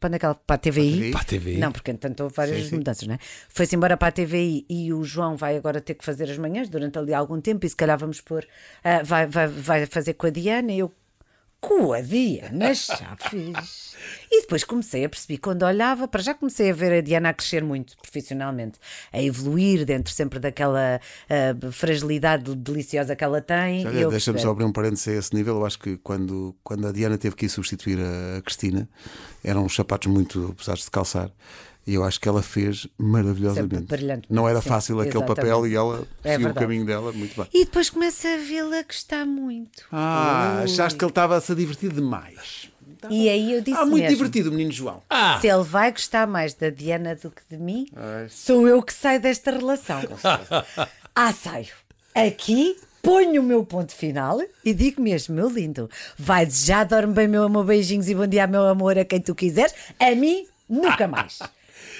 [SPEAKER 4] Para onde é que ela- para a TVI?
[SPEAKER 2] Para a TVI.
[SPEAKER 4] Não, porque entretanto houve várias mudanças, não é? Foi-se embora para a TVI e o João vai agora ter que fazer as manhãs durante ali algum tempo e se calhar vamos pôr. ah, vai, vai, vai fazer com a Diana e eu. Com a Diana Chaves. E depois comecei a perceber, quando olhava, para já comecei a ver a Diana a crescer muito profissionalmente, a evoluir dentro sempre daquela ah, fragilidade deliciosa que ela tem.
[SPEAKER 1] Já,
[SPEAKER 4] e eu
[SPEAKER 1] Deixa-me
[SPEAKER 4] percebi-
[SPEAKER 1] só abrir um parênteses a esse nível. Eu acho que quando, quando a Diana teve que ir substituir a, a Cristina, eram uns sapatos muito pesados de calçar. E eu acho que ela fez maravilhosamente.
[SPEAKER 4] Sempre brilhante.
[SPEAKER 1] Não era
[SPEAKER 4] Sim,
[SPEAKER 1] fácil aquele
[SPEAKER 4] exatamente.
[SPEAKER 1] papel e ela
[SPEAKER 4] É
[SPEAKER 1] seguiu o
[SPEAKER 4] verdade.
[SPEAKER 1] caminho dela muito bem.
[SPEAKER 4] E depois começa a vê-la gostar muito.
[SPEAKER 1] Ah, achaste que ele estava a se divertir demais.
[SPEAKER 4] E aí eu disse
[SPEAKER 1] ah, muito
[SPEAKER 4] mesmo,
[SPEAKER 1] divertido o menino João.
[SPEAKER 2] Ah,
[SPEAKER 4] se ele vai gostar mais da Diana do que de mim, sou eu que saio desta relação. ah, saio. Aqui ponho o meu ponto final e digo mesmo, meu lindo, vai já dorme bem, meu amor, beijinhos e bom dia, meu amor, a quem tu quiseres, a mim nunca mais.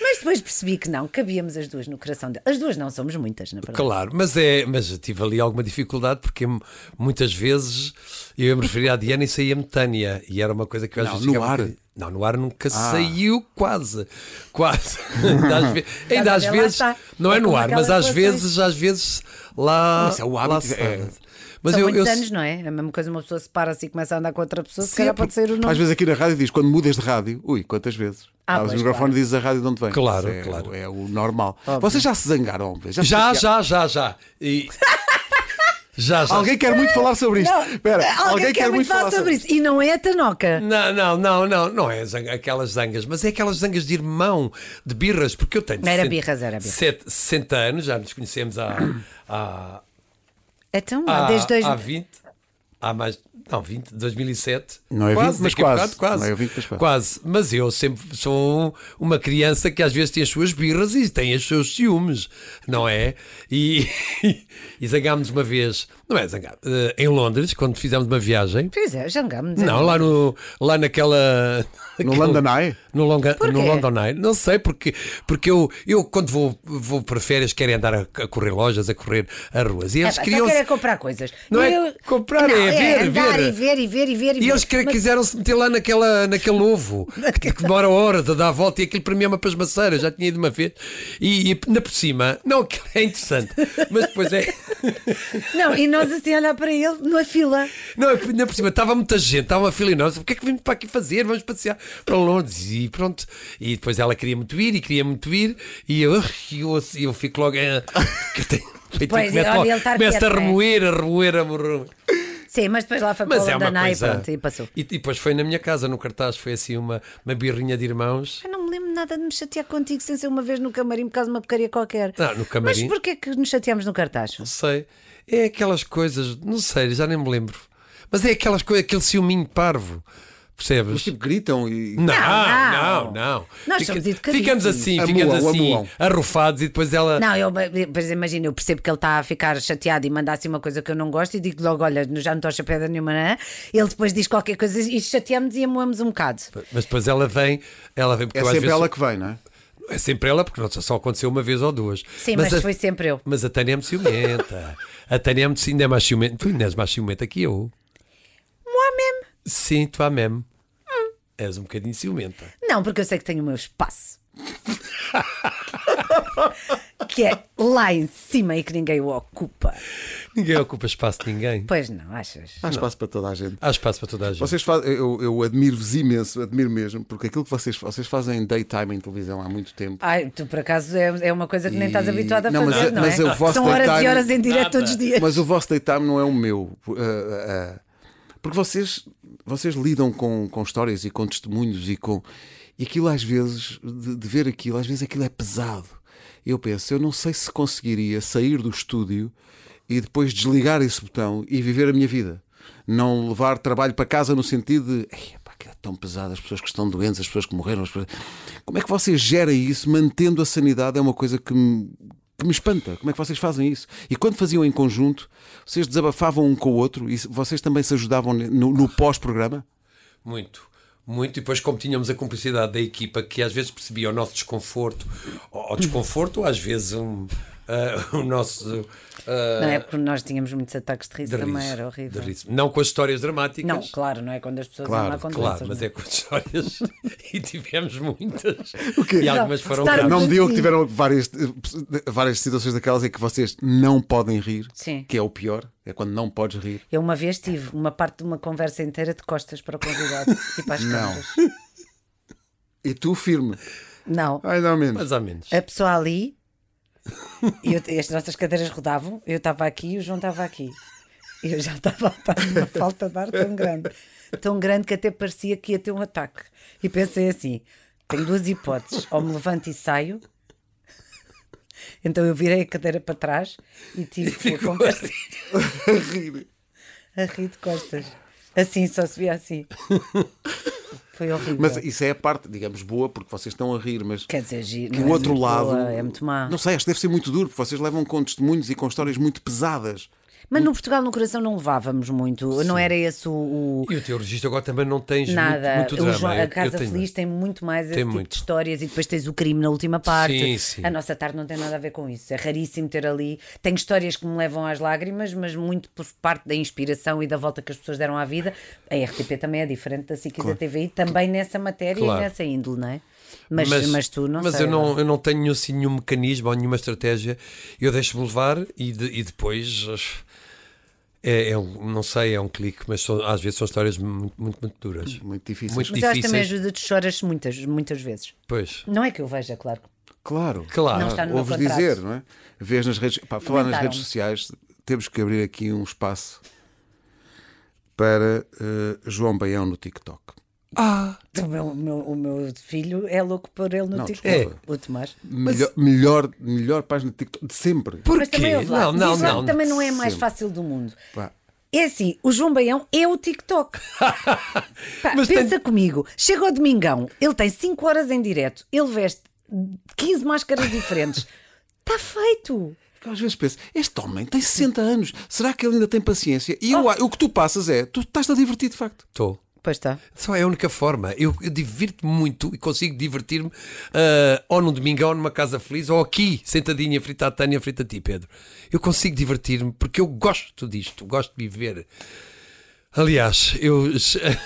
[SPEAKER 4] Mas depois percebi que não, cabíamos as duas no coração dela. As duas não somos muitas, na verdade.
[SPEAKER 2] Claro, mas é, mas eu tive ali alguma dificuldade porque m- muitas vezes eu ia me referir à Diana e saía-me Tânia e era uma coisa que eu às
[SPEAKER 1] Não,
[SPEAKER 2] vezes
[SPEAKER 1] no
[SPEAKER 2] ficava
[SPEAKER 1] ar? Ah.
[SPEAKER 2] um bocadinho- Não, no ar nunca saiu, quase. Quase. Ainda às, ve- ainda
[SPEAKER 4] a
[SPEAKER 2] às
[SPEAKER 4] ver, lá
[SPEAKER 2] vezes.
[SPEAKER 4] está.
[SPEAKER 2] Não é,
[SPEAKER 4] É
[SPEAKER 2] no
[SPEAKER 4] como
[SPEAKER 2] ar, mas
[SPEAKER 4] aquelas
[SPEAKER 2] às
[SPEAKER 4] relações-
[SPEAKER 2] vezes, às vezes lá.
[SPEAKER 1] Mas é o hábito,
[SPEAKER 2] lá se
[SPEAKER 1] é.
[SPEAKER 2] faz. Mas
[SPEAKER 4] São
[SPEAKER 2] eu-
[SPEAKER 4] muitos
[SPEAKER 2] eu-
[SPEAKER 4] anos, não é? A mesma coisa, uma pessoa separa-se e começa a andar com outra pessoa, se
[SPEAKER 1] Sim,
[SPEAKER 4] calhar
[SPEAKER 1] porque
[SPEAKER 4] pode ser o nome.
[SPEAKER 1] Às vezes aqui na rádio diz, quando mudas de rádio, ui, quantas vezes?
[SPEAKER 4] Ah,
[SPEAKER 1] Abres o
[SPEAKER 4] pois,
[SPEAKER 1] microfone
[SPEAKER 4] claro.
[SPEAKER 1] e dizes a rádio de onde vem.
[SPEAKER 2] Claro,
[SPEAKER 1] Isso é,
[SPEAKER 2] claro.
[SPEAKER 1] o- É o normal. Vocês já se zangaram, homem? Já, se
[SPEAKER 2] Já,
[SPEAKER 1] chatearam?
[SPEAKER 2] já, já, já. E- já, já.
[SPEAKER 1] Alguém quer muito falar sobre isto.
[SPEAKER 4] Não,
[SPEAKER 1] Espera, alguém, quer muito falar sobre
[SPEAKER 4] isso. E não é a Tanoca.
[SPEAKER 2] Não, não, não, não, não é zanga- aquelas zangas, mas é aquelas zangas de irmão, de birras, porque eu tenho.
[SPEAKER 4] Não era
[SPEAKER 2] sessenta-
[SPEAKER 4] birras, era birras.
[SPEAKER 2] sete- 60 anos, já nos conhecemos há, há,
[SPEAKER 4] Então,
[SPEAKER 2] há,
[SPEAKER 4] desde dois...
[SPEAKER 2] Ah, há 20, há mais, não, 20, 2007.
[SPEAKER 1] Não é
[SPEAKER 2] quase,
[SPEAKER 1] 20, mas
[SPEAKER 2] daqui a
[SPEAKER 1] quase.
[SPEAKER 2] bocado, quase.
[SPEAKER 1] Não é 20, mas quase.
[SPEAKER 2] Quase, mas eu sempre sou um, uma criança que às vezes tem as suas birras e tem os seus ciúmes, não é? E, e zangámos uma vez, não é zangar, eh, em Londres, quando fizemos uma viagem.
[SPEAKER 4] Pois é, jangamos.
[SPEAKER 2] Não, lá, no, lá naquela.
[SPEAKER 1] No
[SPEAKER 2] naquela-
[SPEAKER 1] London Eye?
[SPEAKER 2] No, longa,
[SPEAKER 4] Porquê?
[SPEAKER 2] no London Eye. Não sei, porque, porque eu, eu quando vou, vou para férias quero andar a, a correr lojas, a correr a ruas. E
[SPEAKER 4] É,
[SPEAKER 2] eles
[SPEAKER 4] pá,
[SPEAKER 2] queriam.
[SPEAKER 4] Só quero é comprar coisas.
[SPEAKER 2] Não é
[SPEAKER 4] Eu-
[SPEAKER 2] comprar,
[SPEAKER 4] Não,
[SPEAKER 2] é ver,
[SPEAKER 4] andar
[SPEAKER 2] ver.
[SPEAKER 4] e ver e ver e ver.
[SPEAKER 2] E eles que-
[SPEAKER 4] ver.
[SPEAKER 2] quiseram se meter lá naquela, naquele ovo que, que demora horas a dar a volta e aquilo para mim é uma pasmaceira, já tinha ido uma vez. E, e ainda por cima, não, aquilo é interessante, mas depois é.
[SPEAKER 4] Não, e nós assim a olhar para ele na fila.
[SPEAKER 2] Não, ainda por cima, estava muita gente, estava uma fila enorme. O que é que vimos para aqui fazer? Vamos passear para Londres e pronto. E depois ela queria muito ir e queria muito ir. E eu, e eu, e eu fico logo. eh, que eu tenho- eu
[SPEAKER 4] Pois,
[SPEAKER 2] começo
[SPEAKER 4] olha,
[SPEAKER 2] logo-
[SPEAKER 4] ele estar
[SPEAKER 2] começo a
[SPEAKER 4] quieto, né?
[SPEAKER 2] remoer, a remoer, a remoer.
[SPEAKER 4] Sim, mas depois lá foi para
[SPEAKER 2] Mas
[SPEAKER 4] o
[SPEAKER 2] é uma
[SPEAKER 4] Londana e
[SPEAKER 2] coisa.
[SPEAKER 4] pronto, e passou.
[SPEAKER 2] E, e depois foi na minha casa, no cartaz, foi assim uma, uma birrinha de irmãos.
[SPEAKER 4] Eu não me lembro nada de me chatear contigo sem ser uma vez no camarim por causa de uma porcaria qualquer.
[SPEAKER 2] Não, no camarim-
[SPEAKER 4] Mas porquê que nos chateamos no cartaz?
[SPEAKER 2] Não sei. É aquelas coisas, não sei, já nem me lembro. Mas é aquelas coisas, aquele ciúminho parvo. Percebes?
[SPEAKER 1] Mas tipo, gritam e.
[SPEAKER 2] Não,
[SPEAKER 4] não.
[SPEAKER 2] não, não.
[SPEAKER 4] Nós somos educadíssimos.
[SPEAKER 2] Ficamos assim, ficamos
[SPEAKER 1] Amuam,
[SPEAKER 2] assim,
[SPEAKER 1] amuam.
[SPEAKER 2] arrufados e depois ela.
[SPEAKER 4] Não, eu, pois imagina, eu percebo que ele está a ficar chateado e manda assim uma coisa que eu não gosto e digo logo: olha, já não estou a chapeada nenhuma, né? Ele depois diz qualquer coisa e chateamos e amoamos um bocado.
[SPEAKER 2] Mas depois ela vem, ela vem porque
[SPEAKER 1] É
[SPEAKER 2] eu às
[SPEAKER 1] sempre
[SPEAKER 2] vezes.
[SPEAKER 1] ela que vem, não é?
[SPEAKER 2] É sempre ela, porque não, só aconteceu uma vez ou duas.
[SPEAKER 4] Sim, mas,
[SPEAKER 2] a-
[SPEAKER 4] foi sempre eu.
[SPEAKER 2] Mas a Tânia é muito ciumenta. a Tânia é muito, ainda é mais ciumenta. Tu ainda és mais ciumenta que eu.
[SPEAKER 4] Moi mesmo.
[SPEAKER 2] Sim, tu há mesmo.
[SPEAKER 4] Hum.
[SPEAKER 2] És um bocadinho ciumenta.
[SPEAKER 4] Não, porque eu sei que tenho o meu espaço. que é lá em cima e que ninguém o ocupa.
[SPEAKER 2] Ninguém ocupa espaço de ninguém.
[SPEAKER 4] Pois não, achas?
[SPEAKER 1] Há espaço para toda a gente.
[SPEAKER 2] Há espaço para toda a gente.
[SPEAKER 1] Vocês fazem, eu, eu admiro-vos imenso, admiro mesmo, porque aquilo que vocês, vocês fazem daytime em televisão há muito tempo.
[SPEAKER 4] Ai, tu por acaso é, é uma coisa que nem estás
[SPEAKER 1] E-
[SPEAKER 4] habituada a
[SPEAKER 1] Não, mas
[SPEAKER 4] fazer,
[SPEAKER 1] é-
[SPEAKER 4] não
[SPEAKER 1] mas
[SPEAKER 4] é?
[SPEAKER 1] eu vosso
[SPEAKER 4] São horas
[SPEAKER 1] deitar-
[SPEAKER 4] e horas em direto
[SPEAKER 2] Nada.
[SPEAKER 4] todos os dias.
[SPEAKER 1] Mas o vosso daytime não é o meu. Ah, ah, ah. porque vocês, vocês lidam com, com histórias e com testemunhos e com. E aquilo às vezes, de, de ver aquilo, às vezes aquilo é pesado. Eu penso, eu não sei se conseguiria sair do estúdio e depois desligar esse botão e viver a minha vida. Não levar trabalho para casa no sentido de. "Ei, pá, aquilo é tão pesado, as pessoas que estão doentes, as pessoas que morreram. as pessoas-" Como é que vocês gerem isso mantendo a sanidade? É uma coisa que me, que me espanta. Como é que vocês fazem isso? E quando faziam em conjunto, vocês desabafavam um com o outro e vocês também se ajudavam no, no pós-programa?
[SPEAKER 2] Muito. Muito, e depois, como tínhamos a cumplicidade da equipa que às vezes percebia o nosso desconforto, ou ou desconforto, ou às vezes um, ah, o nosso ah,
[SPEAKER 4] Não é porque nós tínhamos muitos ataques de riso
[SPEAKER 2] de
[SPEAKER 4] também,
[SPEAKER 2] riso,
[SPEAKER 4] era
[SPEAKER 2] de
[SPEAKER 4] horrível.
[SPEAKER 2] riso. Não com as histórias dramáticas.
[SPEAKER 4] Não, claro, não é quando as pessoas
[SPEAKER 1] Claro,
[SPEAKER 4] andam a contar.
[SPEAKER 2] Claro, mas é com as histórias e tivemos muitas.
[SPEAKER 1] quê?
[SPEAKER 2] E algumas
[SPEAKER 4] Não,
[SPEAKER 2] foram
[SPEAKER 4] estar-
[SPEAKER 2] graves.
[SPEAKER 1] Não me digam que
[SPEAKER 4] Sim.
[SPEAKER 1] tiveram várias, eh, várias situações daquelas em que vocês não podem rir,
[SPEAKER 4] Sim.
[SPEAKER 1] que é o pior, é quando não podes rir.
[SPEAKER 4] é? Eu uma vez tive uma parte de uma conversa inteira de costas para o convidado e para as câmaras.
[SPEAKER 1] E tu firme.
[SPEAKER 4] Não.
[SPEAKER 1] Ai, não menos.
[SPEAKER 2] Mais ou menos.
[SPEAKER 4] A pessoa ali, eu, as nossas cadeiras rodavam, eu estava aqui e o João estava aqui. Eu já estava a par de uma falta de ar tão grande, tão grande que até parecia que ia ter um ataque. E pensei assim: tenho duas hipóteses, ou me levanto e saio. Então eu virei a cadeira para trás e tive a conversa
[SPEAKER 2] assim.
[SPEAKER 1] Rir.
[SPEAKER 4] a rir de costas. Assim, só se via assim. Foi horrível.
[SPEAKER 1] Mas isso é a parte, digamos, boa, porque vocês estão a rir, mas.
[SPEAKER 4] Quer dizer, giro,
[SPEAKER 1] que
[SPEAKER 4] não
[SPEAKER 1] o
[SPEAKER 4] é
[SPEAKER 1] outro
[SPEAKER 4] muito
[SPEAKER 1] lado.
[SPEAKER 4] boa, é muito má.
[SPEAKER 1] Não sei, acho que deve ser muito duro, porque vocês levam com testemunhos e com histórias muito pesadas.
[SPEAKER 4] Mas no Portugal, no coração, não levávamos muito. Não era esse o. o-
[SPEAKER 2] E o teu registro agora também não tens é muito-
[SPEAKER 4] Nada,
[SPEAKER 2] muito,
[SPEAKER 4] O
[SPEAKER 2] drama.
[SPEAKER 4] João-
[SPEAKER 2] Eu-
[SPEAKER 4] a
[SPEAKER 2] eu
[SPEAKER 4] Casa
[SPEAKER 2] tenho.
[SPEAKER 4] Feliz tem muito mais esse
[SPEAKER 2] Tem
[SPEAKER 4] tipo
[SPEAKER 2] muito.
[SPEAKER 4] de histórias e depois tens o crime na última parte.
[SPEAKER 2] Sim, sim.
[SPEAKER 4] A nossa tarde não tem nada a ver com isso. É raríssimo ter ali. Tenho histórias que me levam às lágrimas, mas muito por parte da inspiração e da volta que as pessoas deram à vida. A RTP também é diferente da SIC e da TVI, também nessa matéria
[SPEAKER 2] Claro.
[SPEAKER 4] e nessa índole, não é? Mas, mas, tu não
[SPEAKER 2] mas
[SPEAKER 4] sei,
[SPEAKER 2] eu não, eu não tenho assim nenhum mecanismo ou nenhuma estratégia. Eu deixo-me levar e, de- e depois. as- É, é um- não sei, é um clique, mas são- às vezes são histórias muito, muito, muito duras.
[SPEAKER 1] Muito difíceis.
[SPEAKER 2] Muito
[SPEAKER 4] Mas eu acho que também
[SPEAKER 2] difíceis.
[SPEAKER 4] ajuda, tu choras muitas, muitas vezes.
[SPEAKER 2] Pois,
[SPEAKER 4] Não é que eu veja, claro.
[SPEAKER 1] Claro.
[SPEAKER 2] claro.
[SPEAKER 4] Não está no meu
[SPEAKER 1] ouves
[SPEAKER 4] contrato.
[SPEAKER 1] dizer, não é? Vês nas redes, pá, falar nas
[SPEAKER 4] Comentaram.
[SPEAKER 1] redes sociais, temos que abrir aqui um espaço para eh, João Baião no TikTok.
[SPEAKER 2] Ah,
[SPEAKER 4] O meu, o meu- o meu filho é louco por ele no
[SPEAKER 1] Não,
[SPEAKER 4] TikTok.
[SPEAKER 2] é.
[SPEAKER 1] desculpa.
[SPEAKER 4] O Tomás.
[SPEAKER 1] Melhor, melhor, melhor página de TikTok de sempre.
[SPEAKER 4] Mas também
[SPEAKER 2] porquê?
[SPEAKER 4] houve lá.
[SPEAKER 2] Não, não,
[SPEAKER 4] Diz lá que
[SPEAKER 2] não.
[SPEAKER 4] também não é a mais
[SPEAKER 1] Sempre.
[SPEAKER 4] fácil do mundo.
[SPEAKER 1] Pá,
[SPEAKER 4] É assim, o João Baião é o TikTok. Pá,
[SPEAKER 2] Mas
[SPEAKER 4] pensa comigo, chega ao domingão, ele tem 5 horas em direto, ele veste 15 máscaras diferentes. Está feito!
[SPEAKER 1] porque às vezes penso, este homem tem 60 anos, será que ele ainda tem paciência? E eu,
[SPEAKER 4] Oh.
[SPEAKER 1] o que tu passas é, tu estás a divertir de facto.
[SPEAKER 2] Estou.
[SPEAKER 4] Pois está.
[SPEAKER 2] Só é a única forma. Eu, eu divirto-me muito e consigo divertir-me ah, ou num domingão, numa casa feliz, ou aqui, sentadinha, frita a Tânia, frita a ti, Pedro. Eu consigo divertir-me porque eu gosto disto, gosto de viver. Aliás, eu,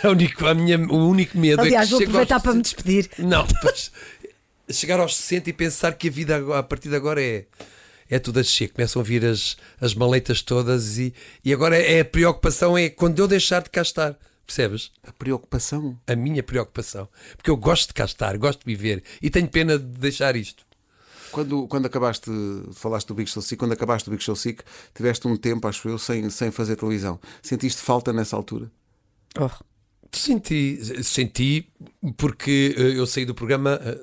[SPEAKER 2] a único, a minha, o único medo é
[SPEAKER 4] Aliás,
[SPEAKER 2] que
[SPEAKER 4] vou
[SPEAKER 2] chego
[SPEAKER 4] aproveitar
[SPEAKER 2] aos-
[SPEAKER 4] para me despedir.
[SPEAKER 2] Não, pois, chegar aos 60 e pensar que a vida agora- a partir de agora é. É tudo a descer, começam a vir as, as maletas todas e, e agora é a preocupação é quando eu deixar de cá estar, percebes?
[SPEAKER 1] A preocupação.
[SPEAKER 2] a minha preocupação. Porque eu gosto de cá estar, gosto de viver e tenho pena de deixar isto.
[SPEAKER 1] Quando, quando acabaste, falaste do Big Show Sick, quando acabaste do Big Show Sick, tiveste um tempo, acho eu, sem, sem fazer televisão. Sentiste falta nessa altura?
[SPEAKER 2] Senti, senti porque eh, eu saí do programa. eh,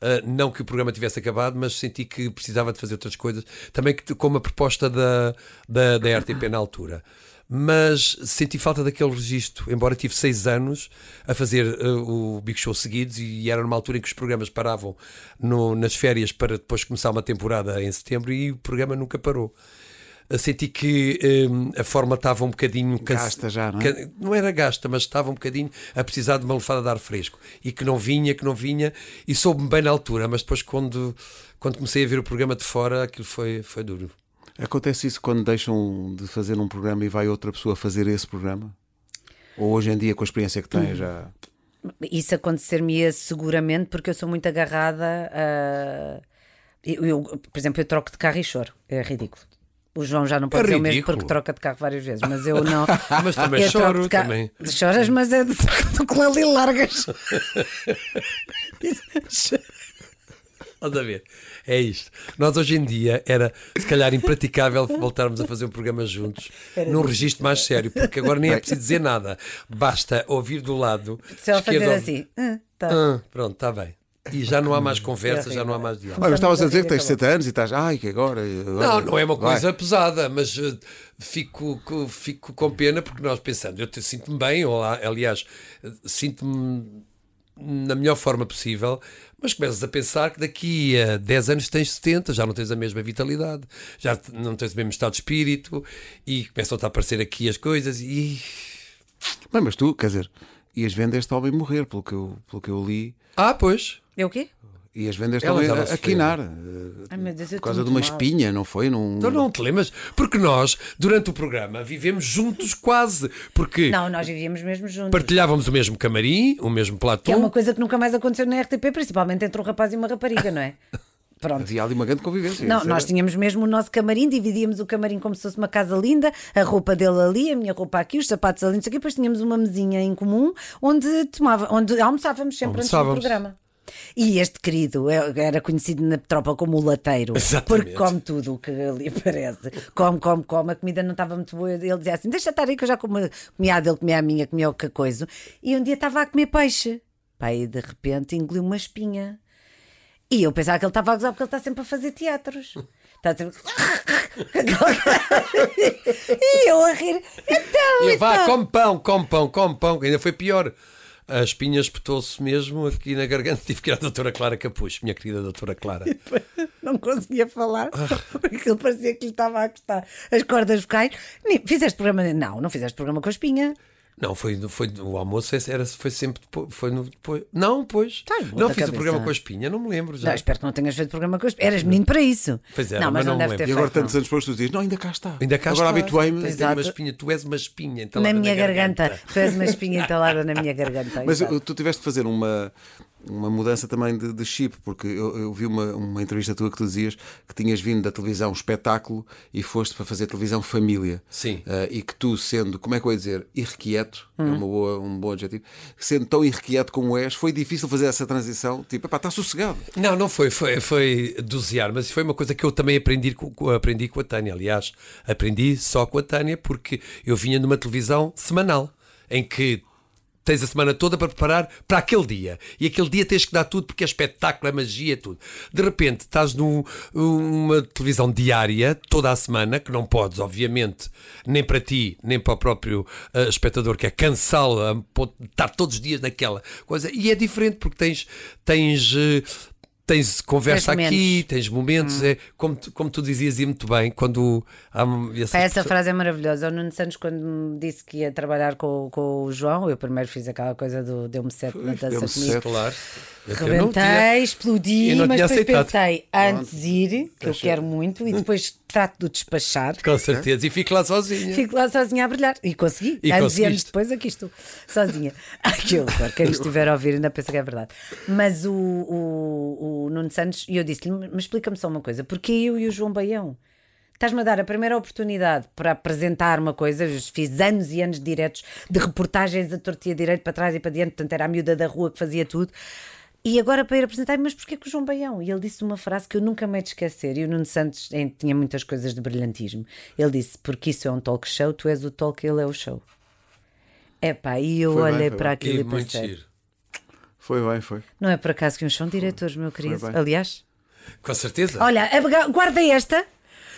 [SPEAKER 2] eh, não que o programa tivesse acabado, mas senti que precisava de fazer outras coisas, também que, como a proposta da, da, da RTP na altura. Mas senti falta daquele registro, embora tive seis anos a fazer eh, o Big Show seguidos e era numa altura em que os programas paravam no- nas férias para depois começar uma temporada em setembro e o programa nunca parou. Senti que eh, a forma estava um bocadinho canse-
[SPEAKER 1] Gasta já, não é?
[SPEAKER 2] ca- não era gasta, mas estava um bocadinho a precisar de uma lufada de ar fresco e que não vinha, que não vinha, e soube-me bem na altura, mas depois quando, quando comecei a ver o programa de fora, aquilo foi, foi duro.
[SPEAKER 1] Acontece isso quando deixam de fazer um programa e vai outra pessoa fazer esse programa? Ou hoje em dia, com a experiência que tens,
[SPEAKER 4] Uhum.
[SPEAKER 1] já.
[SPEAKER 4] Isso acontecer-me ia seguramente porque eu sou muito agarrada a. Eu, eu, por exemplo, eu troco de carro e choro. É ridículo. O João já não pode
[SPEAKER 2] É
[SPEAKER 4] dizer o mesmo
[SPEAKER 2] ridículo.
[SPEAKER 4] porque troca de carro várias vezes, mas eu não.
[SPEAKER 2] Mas também
[SPEAKER 4] eu troco
[SPEAKER 2] choro,
[SPEAKER 4] de carro.
[SPEAKER 2] também.
[SPEAKER 4] Choras, mas é de do colelo e largas.
[SPEAKER 2] Nada a ver. É isto. Nós hoje em dia era, se calhar, impraticável voltarmos a fazer um programa juntos num registro mais sério, porque agora nem é preciso dizer nada. Basta ouvir do lado.
[SPEAKER 4] Só fazer
[SPEAKER 2] esquerdo-
[SPEAKER 4] assim. Hum, tá.
[SPEAKER 2] Ah, pronto, está bem. E já não há mais conversa, já não há mais diálogo.
[SPEAKER 1] Olha, mas estavas a dizer que
[SPEAKER 4] Tá
[SPEAKER 1] tens 70 anos e estás. Ai, que agora.
[SPEAKER 2] Não,
[SPEAKER 1] agora-
[SPEAKER 2] não é uma
[SPEAKER 1] vai."
[SPEAKER 2] coisa pesada, mas eh, fico, co- fico com pena porque nós pensamos, eu te- sinto-me bem, ou, a- aliás, eh, sinto-me na melhor forma possível, mas começas a pensar que daqui a 10 anos tens 70, já não tens a mesma vitalidade, já te- não tens o mesmo estado de espírito e começam-te a aparecer aqui as coisas e.
[SPEAKER 1] Mas, mas tu, quer dizer, ias vendo este homem morrer, pelo que eu, pelo que eu li.
[SPEAKER 2] Ah, pois.
[SPEAKER 4] É o quê?
[SPEAKER 1] Ias vendo este
[SPEAKER 2] Ela
[SPEAKER 1] homem
[SPEAKER 2] já
[SPEAKER 1] a,
[SPEAKER 2] não se
[SPEAKER 1] a
[SPEAKER 2] lembra.
[SPEAKER 1] quinar. eh,
[SPEAKER 4] Ai, meu Deus, eu
[SPEAKER 1] Por causa
[SPEAKER 4] tô
[SPEAKER 1] de uma
[SPEAKER 4] muito mal.
[SPEAKER 1] espinha, não foi? Num...
[SPEAKER 2] Então não te lembras? Porque nós, durante o programa, vivemos juntos quase, porque
[SPEAKER 4] Não, nós vivíamos mesmo juntos.
[SPEAKER 2] partilhávamos o mesmo camarim, o mesmo platô.
[SPEAKER 4] Que é uma coisa que nunca mais aconteceu na RTP, principalmente entre um rapaz e uma rapariga, não é? Pronto.
[SPEAKER 1] Havia ali uma grande convivência.
[SPEAKER 4] Não,
[SPEAKER 1] isso
[SPEAKER 4] nós
[SPEAKER 1] era-
[SPEAKER 4] tínhamos mesmo o nosso camarim, dividíamos o camarim como se fosse uma casa linda, a roupa dele ali, a minha roupa aqui, os sapatos ali, não sei o quê, depois tínhamos uma mesinha em comum onde, tomava, onde almoçávamos sempre
[SPEAKER 2] Almoçávamos.
[SPEAKER 4] antes do programa. E este querido é- era conhecido na Petropa como o lateiro,
[SPEAKER 2] Exatamente.
[SPEAKER 4] porque come tudo o que ali aparece. Come, come, come, a comida não estava muito boa. Ele dizia assim: Deixa estar aí que eu já como, comia a dele, comia a minha, comia o que coisa. E um dia estava a comer peixe. Pai, de repente engoliu uma espinha. E eu pensava que ele estava a gozar porque ele está sempre a fazer teatros. Está sempre. e eu a rir. Então,
[SPEAKER 2] E vá,
[SPEAKER 4] então.
[SPEAKER 2] come pão, come pão, come pão, que ainda foi pior. A espinha espetou-se mesmo aqui na garganta. Tive que ir à doutora Clara Capuz, minha querida doutora Clara.
[SPEAKER 4] Não conseguia falar porque ele parecia que lhe estava a gostar. As cordas vocais. "Ni- Fizeste programa? Não, não fizeste programa com a espinha.
[SPEAKER 2] Não, foi, foi o almoço era, foi sempre depois. Foi no, depois. Não, pois.
[SPEAKER 4] Tá bom
[SPEAKER 2] não
[SPEAKER 4] da
[SPEAKER 2] fiz o
[SPEAKER 4] cabeça.
[SPEAKER 2] programa com a espinha, não me lembro já.
[SPEAKER 4] Não, espero que não tenhas feito programa com a espinha. Eras menino para isso.
[SPEAKER 2] Pois era,
[SPEAKER 4] não,
[SPEAKER 2] mas
[SPEAKER 4] mas não,
[SPEAKER 2] não
[SPEAKER 4] deve
[SPEAKER 2] lembro.
[SPEAKER 4] ter
[SPEAKER 1] E agora,
[SPEAKER 4] feito,
[SPEAKER 1] tantos
[SPEAKER 4] não.
[SPEAKER 1] anos depois, tu dizes: Não, ainda cá está.
[SPEAKER 2] Ainda cá
[SPEAKER 1] agora
[SPEAKER 2] está.
[SPEAKER 1] habituei-me.
[SPEAKER 2] Tens
[SPEAKER 1] Tenho
[SPEAKER 2] uma
[SPEAKER 1] uma espinha.
[SPEAKER 2] espinha, tu és uma espinha. entalada
[SPEAKER 4] então, Na minha garganta. Tu és uma espinha entalada na minha garganta. então.
[SPEAKER 1] Mas
[SPEAKER 4] exato.
[SPEAKER 1] uh, tu tiveste de fazer uma, uma mudança também de, de chip, porque eu, eu vi uma, uma entrevista tua que tu dizias que tinhas vindo da televisão espetáculo e foste para fazer televisão família.
[SPEAKER 2] Sim.
[SPEAKER 1] Uh, e que tu, sendo, como é que eu ia dizer, irrequieto,
[SPEAKER 4] Hum.
[SPEAKER 1] é uma boa, um bom adjetivo, sendo tão irrequieto como és, foi difícil fazer essa transição, tipo, epá, está sossegado.
[SPEAKER 2] Não, não foi, foi, foi dosear, mas foi uma coisa que eu também aprendi com, com- aprendi com a Tânia. Aliás, aprendi só com a Tânia porque eu vinha numa televisão semanal em que tens a semana toda para preparar para aquele dia e aquele dia tens que dar tudo porque é espetáculo, é magia, é tudo. De repente estás num- numa televisão diária toda a semana que não podes, obviamente, nem para ti, nem para o próprio ah, espectador, que é cansá-lo, a ponto de estar todos os dias naquela coisa. E é diferente porque tens. tens eh, Tens conversa
[SPEAKER 4] Tens Hum.
[SPEAKER 2] aqui, tens momentos, é, como, tu, como tu dizias e muito bem, quando há um, essas
[SPEAKER 4] Pá, essa frase é maravilhosa. O Nuno Santos, quando me disse que ia trabalhar com, com o João, eu primeiro fiz aquela coisa do deu-me sete na dança
[SPEAKER 1] deu-me
[SPEAKER 4] comigo.
[SPEAKER 1] sete.
[SPEAKER 2] Claro. Eu não tinha-
[SPEAKER 4] Rebentei, explodi,
[SPEAKER 2] eu não
[SPEAKER 4] mas
[SPEAKER 2] tinha
[SPEAKER 4] depois
[SPEAKER 2] aceitado.
[SPEAKER 4] pensei antes de ir, que eu quero muito, e depois trato de despachar.
[SPEAKER 2] Com certeza, e fico lá sozinha.
[SPEAKER 4] Fico lá sozinha a brilhar. E consegui.
[SPEAKER 2] E
[SPEAKER 4] Anos e anos
[SPEAKER 2] conseguiste.
[SPEAKER 4] depois aqui estou, sozinha. Aquilo, claro, quem estiver a ouvir ainda pensa que é verdade. Mas o, o, o Nuno Santos, e eu disse-lhe, mas explica-me só uma coisa, porque eu e o João Baião? Estás-me a dar a primeira oportunidade para apresentar uma coisa. Eu fiz anos e anos de diretos de reportagens a tortia direito para trás e para diante, portanto era a miúda da rua que fazia tudo. E agora para ir apresentar, mas porquê que o João Baião? E ele disse uma frase que eu nunca me hei de esquecer. E o Nuno Santos em- tinha muitas coisas de brilhantismo. Ele disse: Porque isso é um talk show, tu és o talk, ele é o show. Epá, e eu
[SPEAKER 1] Foi bem,
[SPEAKER 4] olhei
[SPEAKER 1] foi
[SPEAKER 4] para
[SPEAKER 1] bem.
[SPEAKER 4] aquilo e,
[SPEAKER 2] E muito
[SPEAKER 4] pensei:
[SPEAKER 2] giro.
[SPEAKER 1] Foi bem, foi.
[SPEAKER 4] Não é por acaso que uns são diretores, meu querido.
[SPEAKER 1] bem.
[SPEAKER 4] Aliás,
[SPEAKER 2] Com certeza.
[SPEAKER 4] olha, abga- guarda esta.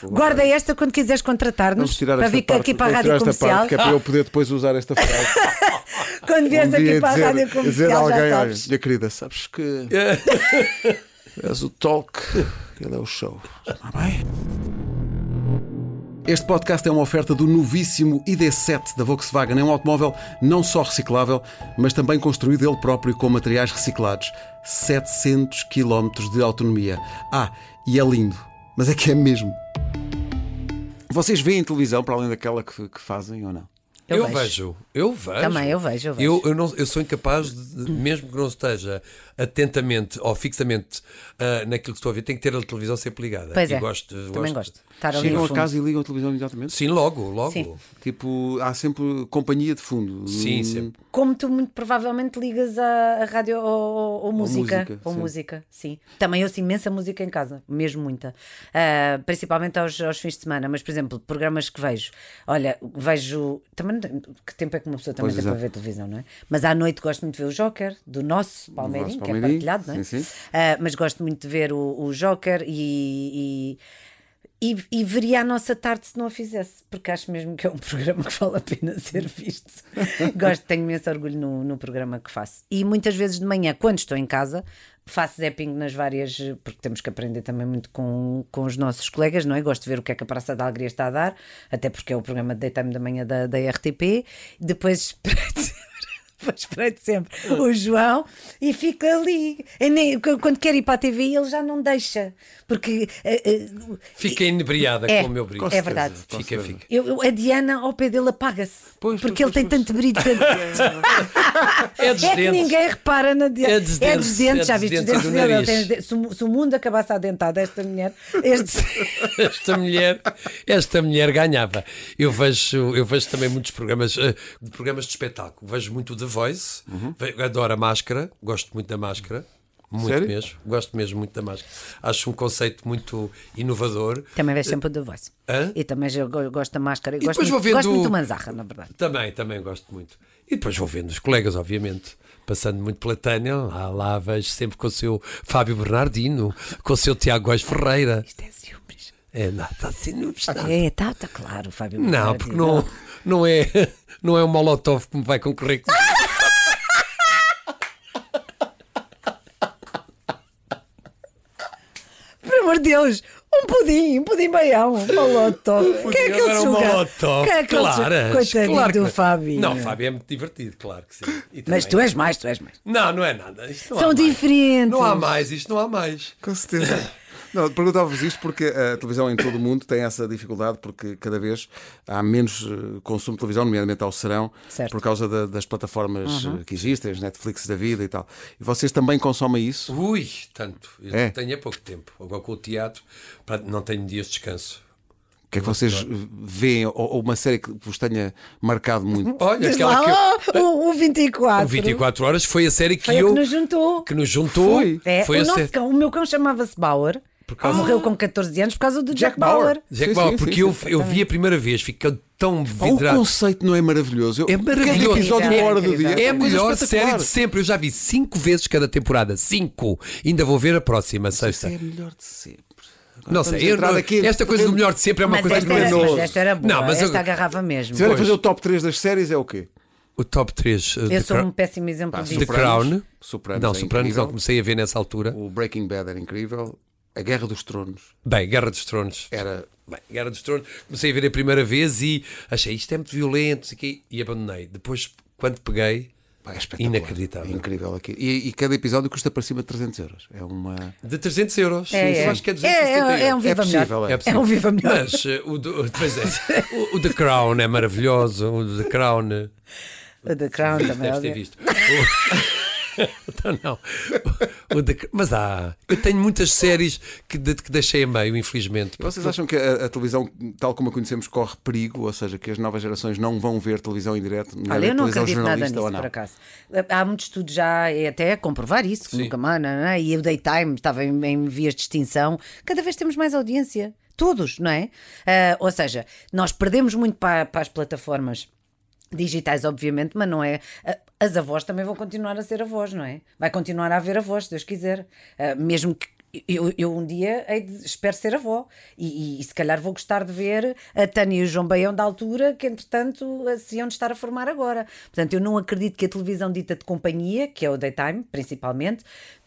[SPEAKER 4] Guarda esta quando quiseres
[SPEAKER 1] Vamos
[SPEAKER 4] contratar-nos
[SPEAKER 1] tirar
[SPEAKER 4] para
[SPEAKER 1] esta
[SPEAKER 4] vir
[SPEAKER 1] parte,
[SPEAKER 4] aqui para a
[SPEAKER 1] vamos
[SPEAKER 4] rádio
[SPEAKER 1] tirar esta
[SPEAKER 4] comercial. Ah.
[SPEAKER 1] parte, que é para eu poder depois usar esta frase.
[SPEAKER 4] Quando vieres
[SPEAKER 1] Um
[SPEAKER 4] aqui
[SPEAKER 1] dia
[SPEAKER 4] para
[SPEAKER 1] dizer-
[SPEAKER 4] a rádio comercial,
[SPEAKER 1] dizer a
[SPEAKER 4] já
[SPEAKER 1] alguém, olha,
[SPEAKER 4] sabes.
[SPEAKER 1] minha querida, sabes que és o talk, ele é o show. Está bem? Este podcast é uma oferta do novíssimo ID7 da Volkswagen. É um automóvel não só reciclável, mas também construído ele próprio com materiais reciclados. 700 km de autonomia. Ah, e é lindo. Mas é que é mesmo. Vocês veem televisão para além daquela que, que fazem ou não?
[SPEAKER 4] Eu
[SPEAKER 2] Eu,
[SPEAKER 4] Então vejo.
[SPEAKER 2] vejo. eu vejo.
[SPEAKER 4] Também, eu vejo, eu vejo.
[SPEAKER 2] Eu, não- eu sou incapaz, de- de- mesmo que não esteja atentamente ou fixamente ah, naquilo que estou a ver, tem que ter a televisão sempre ligada.
[SPEAKER 4] Pois
[SPEAKER 2] E
[SPEAKER 4] é.
[SPEAKER 2] gosto,
[SPEAKER 4] Também gosto. Estar ali no
[SPEAKER 1] Chegam a
[SPEAKER 4] fundo.
[SPEAKER 1] casa e ligam a televisão imediatamente?
[SPEAKER 2] Sim, logo, logo.
[SPEAKER 4] Sim.
[SPEAKER 1] Tipo, há sempre companhia de fundo.
[SPEAKER 2] Sim,
[SPEAKER 1] Hum,
[SPEAKER 2] sempre.
[SPEAKER 4] Como tu muito provavelmente ligas à à rádio ou, ou- ou música. Ou música
[SPEAKER 1] música,
[SPEAKER 4] sim.
[SPEAKER 1] sim.
[SPEAKER 4] Também ouço imensa música em casa, mesmo muita. Ah, principalmente aos, aos fins de semana, mas por exemplo, programas que vejo. Olha, vejo. Também não tenho- que tempo é que uma pessoa também
[SPEAKER 1] Pois,
[SPEAKER 4] tem para
[SPEAKER 1] exato.
[SPEAKER 4] ver televisão, não é? Mas à noite gosto muito de ver o Joker, do nosso Palmeirinho, que é
[SPEAKER 1] Palmeirim,
[SPEAKER 4] partilhado, não é?
[SPEAKER 1] sim, sim.
[SPEAKER 4] Ah, mas gosto muito de ver o, o Joker e. e... e- e veria a nossa tarde se não a fizesse, porque acho mesmo que é um programa que vale a pena ser visto. Gosto, tenho imenso orgulho no, no programa que faço. E muitas vezes de manhã, quando estou em casa, faço zapping nas várias. porque temos que aprender também muito com, com os nossos colegas, não é? Gosto de ver o que é que a Praça da Alegria está a dar, até porque é o programa de Daytime da Manhã da, da RTP. Depois espreito- Pois espreito sempre o João e fica ali. E nem- qu- quando quer ir para a TV, ele já não deixa. Porque eh, eh,
[SPEAKER 2] Fica inebriada
[SPEAKER 4] É,
[SPEAKER 2] com o meu brilho.
[SPEAKER 4] é verdade.
[SPEAKER 1] Com
[SPEAKER 2] Fica,
[SPEAKER 1] certeza.
[SPEAKER 2] fica.
[SPEAKER 4] eu, eu- a Diana ao pé dele apaga-se.
[SPEAKER 1] Pois,
[SPEAKER 4] porque
[SPEAKER 1] pois,
[SPEAKER 4] ele tem
[SPEAKER 1] pois,
[SPEAKER 4] tanto brilho. Tanto...
[SPEAKER 2] É
[SPEAKER 4] É que
[SPEAKER 2] desdente.
[SPEAKER 4] ninguém repara na Diana.
[SPEAKER 2] É desdente, é
[SPEAKER 4] já viste os
[SPEAKER 2] desdente
[SPEAKER 4] dentes
[SPEAKER 2] do
[SPEAKER 4] dele? Ele
[SPEAKER 2] nariz.
[SPEAKER 4] tem os dentes- Se o- se o mundo acabasse a dentar desta mulher, este.
[SPEAKER 2] Esta mulher, esta mulher ganhava. Eu vejo, eu vejo também muitos programas, eh, de programas de espetáculo. Vejo muito o The Voice, Ve- adoro a máscara, gosto muito da máscara. Muito
[SPEAKER 1] Sério?
[SPEAKER 2] mesmo, gosto mesmo muito da máscara. Acho um conceito muito inovador.
[SPEAKER 4] Também vejo sempre o The Voice.
[SPEAKER 2] Hã?
[SPEAKER 4] E também eu go- gosto da máscara. E
[SPEAKER 2] E
[SPEAKER 4] gosto,
[SPEAKER 2] depois
[SPEAKER 4] muito,
[SPEAKER 2] vou vendo
[SPEAKER 4] gosto muito
[SPEAKER 2] o-
[SPEAKER 4] do Manzarra, na verdade.
[SPEAKER 2] Também, também gosto muito. E depois vou vendo os colegas, obviamente. Passando muito pela Tânia, lá, lá vejo sempre com o seu Fábio Bernardino, com o seu Tiago Góes Ferreira.
[SPEAKER 4] Isto é ciúmes.
[SPEAKER 2] É, não, está assim, não está.
[SPEAKER 4] É, está tá claro, Fábio.
[SPEAKER 2] Não,
[SPEAKER 4] Bernardi,
[SPEAKER 2] porque não, não, é, não é um molotov que me vai concorrer
[SPEAKER 4] Ah,
[SPEAKER 2] com
[SPEAKER 4] Por amor de Deus, um pudim, um pudim baião, um molotov. Quem é que ele
[SPEAKER 2] Agora um
[SPEAKER 4] julga?
[SPEAKER 2] molotov.
[SPEAKER 4] Quem é que ele julga?
[SPEAKER 2] Claras,
[SPEAKER 4] Coitadinho
[SPEAKER 2] claro que
[SPEAKER 4] do
[SPEAKER 2] não.
[SPEAKER 4] Fábio.
[SPEAKER 2] Não, o Fábio é muito divertido, claro que sim. E
[SPEAKER 4] Mas
[SPEAKER 2] também-
[SPEAKER 4] tu és mais, tu és mais.
[SPEAKER 2] Não, não é nada. Isto não
[SPEAKER 4] São
[SPEAKER 2] há mais.
[SPEAKER 4] diferentes.
[SPEAKER 2] Não há mais, isto não há mais.
[SPEAKER 1] Com certeza. Não, perguntava-vos isto porque eh, a televisão em todo o mundo tem essa dificuldade, porque cada vez há menos eh, consumo de televisão, nomeadamente ao serão,
[SPEAKER 4] Certo.
[SPEAKER 1] por causa da- das plataformas eh, que existem, as Netflix da vida e tal. E vocês também consomem isso?
[SPEAKER 2] Ui, tanto. Eu
[SPEAKER 1] É?
[SPEAKER 2] tenho é pouco tempo. Agora com o teatro, pá, não tenho dias de descanso.
[SPEAKER 1] O que é que vocês eh, veem? Ou, ou uma série que vos tenha marcado muito?
[SPEAKER 2] Olha,
[SPEAKER 4] Diz
[SPEAKER 2] aquela que eu- um
[SPEAKER 4] lá, oh, o, o 24.
[SPEAKER 2] o 24 horas foi a série que
[SPEAKER 4] Foi a que
[SPEAKER 2] eu.
[SPEAKER 4] nos juntou.
[SPEAKER 2] que nos juntou.
[SPEAKER 1] Foi.
[SPEAKER 4] É,
[SPEAKER 2] Foi
[SPEAKER 4] o,
[SPEAKER 2] a
[SPEAKER 4] nosso
[SPEAKER 2] série.
[SPEAKER 4] cão, o meu cão chamava-se Bauer.
[SPEAKER 2] causa-
[SPEAKER 4] Morreu com 14 anos por causa do Jack,
[SPEAKER 1] Jack Bauer.
[SPEAKER 2] Zé
[SPEAKER 1] Sim,
[SPEAKER 2] Cabal,
[SPEAKER 1] sim,
[SPEAKER 2] porque
[SPEAKER 1] sim,
[SPEAKER 2] eu,
[SPEAKER 1] sim.
[SPEAKER 2] eu vi a primeira vez, fiquei tão
[SPEAKER 1] Ou o
[SPEAKER 2] vidrado.
[SPEAKER 1] conceito não é maravilhoso? Eu-
[SPEAKER 2] É maravilhoso.
[SPEAKER 1] Cada episódio é
[SPEAKER 4] Incrível,
[SPEAKER 1] uma hora do
[SPEAKER 4] incrível.
[SPEAKER 1] dia.
[SPEAKER 2] É a
[SPEAKER 1] uma coisa
[SPEAKER 2] melhor
[SPEAKER 1] espetacular.
[SPEAKER 2] série de sempre. Eu já vi cinco vezes cada temporada. Cinco. Ainda vou ver a próxima,
[SPEAKER 1] Isso é
[SPEAKER 2] sexta.
[SPEAKER 1] a melhor de sempre. Agora
[SPEAKER 2] Não
[SPEAKER 1] vamos
[SPEAKER 2] sei. eu
[SPEAKER 1] entrar
[SPEAKER 2] não-
[SPEAKER 1] aqui-
[SPEAKER 2] esta coisa do melhor de sempre é uma
[SPEAKER 4] Mas
[SPEAKER 2] coisa
[SPEAKER 4] esta, era, mas
[SPEAKER 1] criminosa.
[SPEAKER 4] esta era boa,
[SPEAKER 2] Não, mas eu-
[SPEAKER 4] esta agarrava mesmo.
[SPEAKER 1] Se tiverem a fazer o top 3 das séries, é o quê?
[SPEAKER 2] O top 3 uh,
[SPEAKER 4] Eu
[SPEAKER 2] The,
[SPEAKER 4] sou
[SPEAKER 2] Cro-
[SPEAKER 4] um péssimo exemplo
[SPEAKER 1] Pá,
[SPEAKER 2] The
[SPEAKER 4] disso.
[SPEAKER 1] super-
[SPEAKER 2] Crown. Ah,
[SPEAKER 1] Sopranos
[SPEAKER 2] não,
[SPEAKER 1] é
[SPEAKER 2] Sopranos
[SPEAKER 1] incrível.
[SPEAKER 2] não comecei a ver nessa altura.
[SPEAKER 1] O Breaking Bad era incrível. A Guerra dos Tronos
[SPEAKER 2] Bem, Guerra dos Tronos.
[SPEAKER 1] era.
[SPEAKER 2] Bem, Guerra dos Tronos, comecei a ver a primeira vez e achei isto é muito violento não sei o quê, e abandonei. Depois, quando peguei,
[SPEAKER 1] Pá, é espetacular.
[SPEAKER 2] inacreditável.
[SPEAKER 1] É incrível aqui. E, e cada episódio custa para cima de 300 euros. É uma.
[SPEAKER 2] De 300 euros.
[SPEAKER 4] É,
[SPEAKER 2] Eu
[SPEAKER 4] é.
[SPEAKER 2] acho que é
[SPEAKER 4] É,
[SPEAKER 2] 270
[SPEAKER 4] é, é um
[SPEAKER 2] euros.
[SPEAKER 4] viva
[SPEAKER 1] É possível,
[SPEAKER 4] melhor.
[SPEAKER 1] é
[SPEAKER 4] É um viva melhor.
[SPEAKER 2] Mas eh, o, do- pois é, o, o The Crown é maravilhoso. O The Crown. eh,
[SPEAKER 4] O The Crown também.
[SPEAKER 2] Deves ter
[SPEAKER 4] óbvio.
[SPEAKER 2] visto. O- então, não. O- o The- Mas há. Eu tenho muitas séries que, de- que deixei a meio, infelizmente.
[SPEAKER 1] Vocês acham que a, a televisão, tal como a conhecemos, corre perigo? Ou seja, que as novas gerações não vão ver televisão em direto?
[SPEAKER 4] Olha, eu
[SPEAKER 1] televisão
[SPEAKER 4] não acredito nada
[SPEAKER 1] jornalista
[SPEAKER 4] nisso,
[SPEAKER 1] ou não?
[SPEAKER 4] por acaso. Há muitos estudos já, é até a comprovar isso, que nunca mais, não, não, não, e o daytime estava em, em vias de extinção. Cada vez temos mais audiência. Todos, não é? Ah, ou seja, nós perdemos muito para, para as plataformas digitais, obviamente, mas não é. ah, As avós também vão continuar a ser avós, não é? Vai continuar a haver avós, se Deus quiser. Ah, mesmo que. Eu, eu um dia hei de- espero ser avó e, e- e se calhar vou gostar de ver a Tânia e o João Baião da altura que entretanto se iam de estar a formar agora. Portanto, eu não acredito que a televisão dita de companhia, que é o daytime principalmente,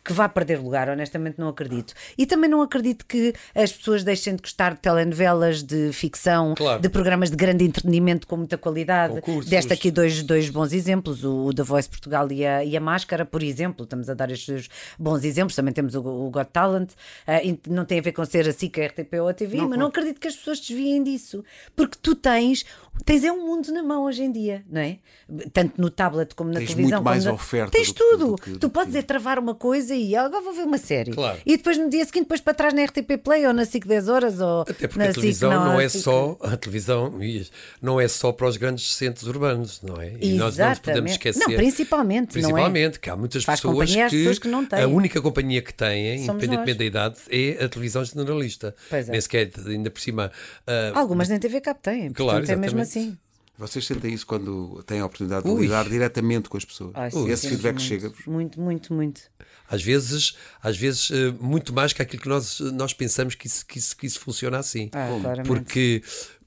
[SPEAKER 4] que vá perder lugar, honestamente não acredito. E também não acredito que as pessoas deixem de gostar de telenovelas, de ficção,
[SPEAKER 2] Claro.
[SPEAKER 4] de programas de grande entretenimento com muita qualidade.
[SPEAKER 2] Concursos.
[SPEAKER 4] Desta aqui dois, dois bons exemplos, o, o The Voice Portugal e a, e a Máscara, por exemplo. Estamos a dar estes bons exemplos. Também temos o, o Got Talent. Ah, e não tem a ver com ser assim que a RTP ou a TV, mas não acredito que as pessoas desviem disso. Porque tu tens Tens é um mundo na mão hoje em dia, não é? Tanto no tablet como na
[SPEAKER 1] Tens
[SPEAKER 4] televisão.
[SPEAKER 1] muito mais
[SPEAKER 4] como na...
[SPEAKER 1] oferta
[SPEAKER 4] Tens
[SPEAKER 1] do que-
[SPEAKER 4] tudo.
[SPEAKER 1] do que- do
[SPEAKER 4] tu
[SPEAKER 1] que-
[SPEAKER 4] podes é travar uma coisa e "Ah, agora vou ver uma série.
[SPEAKER 2] Claro.
[SPEAKER 4] E depois no dia seguinte, depois para trás na RTP Play ou na SIC 10 horas ou
[SPEAKER 2] Até porque
[SPEAKER 4] na
[SPEAKER 2] a televisão
[SPEAKER 4] SIC,
[SPEAKER 2] não,
[SPEAKER 4] na
[SPEAKER 2] é
[SPEAKER 4] SIC.
[SPEAKER 2] só a televisão e- não é só para os grandes centros urbanos, não é? E nós não nos podemos
[SPEAKER 4] Exatamente.
[SPEAKER 2] esquecer.
[SPEAKER 4] Não, principalmente, não é?
[SPEAKER 2] Principalmente, que há muitas
[SPEAKER 4] Faz
[SPEAKER 2] pessoas que,
[SPEAKER 4] companhia às pessoas que não têm.
[SPEAKER 2] a única companhia que têm,
[SPEAKER 4] Somos
[SPEAKER 2] independentemente
[SPEAKER 4] nós.
[SPEAKER 2] da idade, é a televisão generalista.
[SPEAKER 4] Pois é.
[SPEAKER 2] Nem sequer ainda por cima. ah,
[SPEAKER 4] Algumas nem TV Cap têm,
[SPEAKER 2] Claro,
[SPEAKER 4] portanto é mesmo
[SPEAKER 2] exatamente.
[SPEAKER 4] assim.
[SPEAKER 1] Vocês sentem isso quando têm a oportunidade de
[SPEAKER 2] Ui.
[SPEAKER 1] lidar diretamente com as pessoas?
[SPEAKER 4] Ai, sim,
[SPEAKER 1] Esse
[SPEAKER 4] temos
[SPEAKER 1] feedback
[SPEAKER 4] muito,
[SPEAKER 1] chega-vos.
[SPEAKER 4] Muito, muito, muito.
[SPEAKER 2] Às vezes, às vezes eh, muito mais que aquilo que nós, nós pensamos que isso, que isso, que isso funciona assim.
[SPEAKER 4] Ah, claramente.
[SPEAKER 2] porque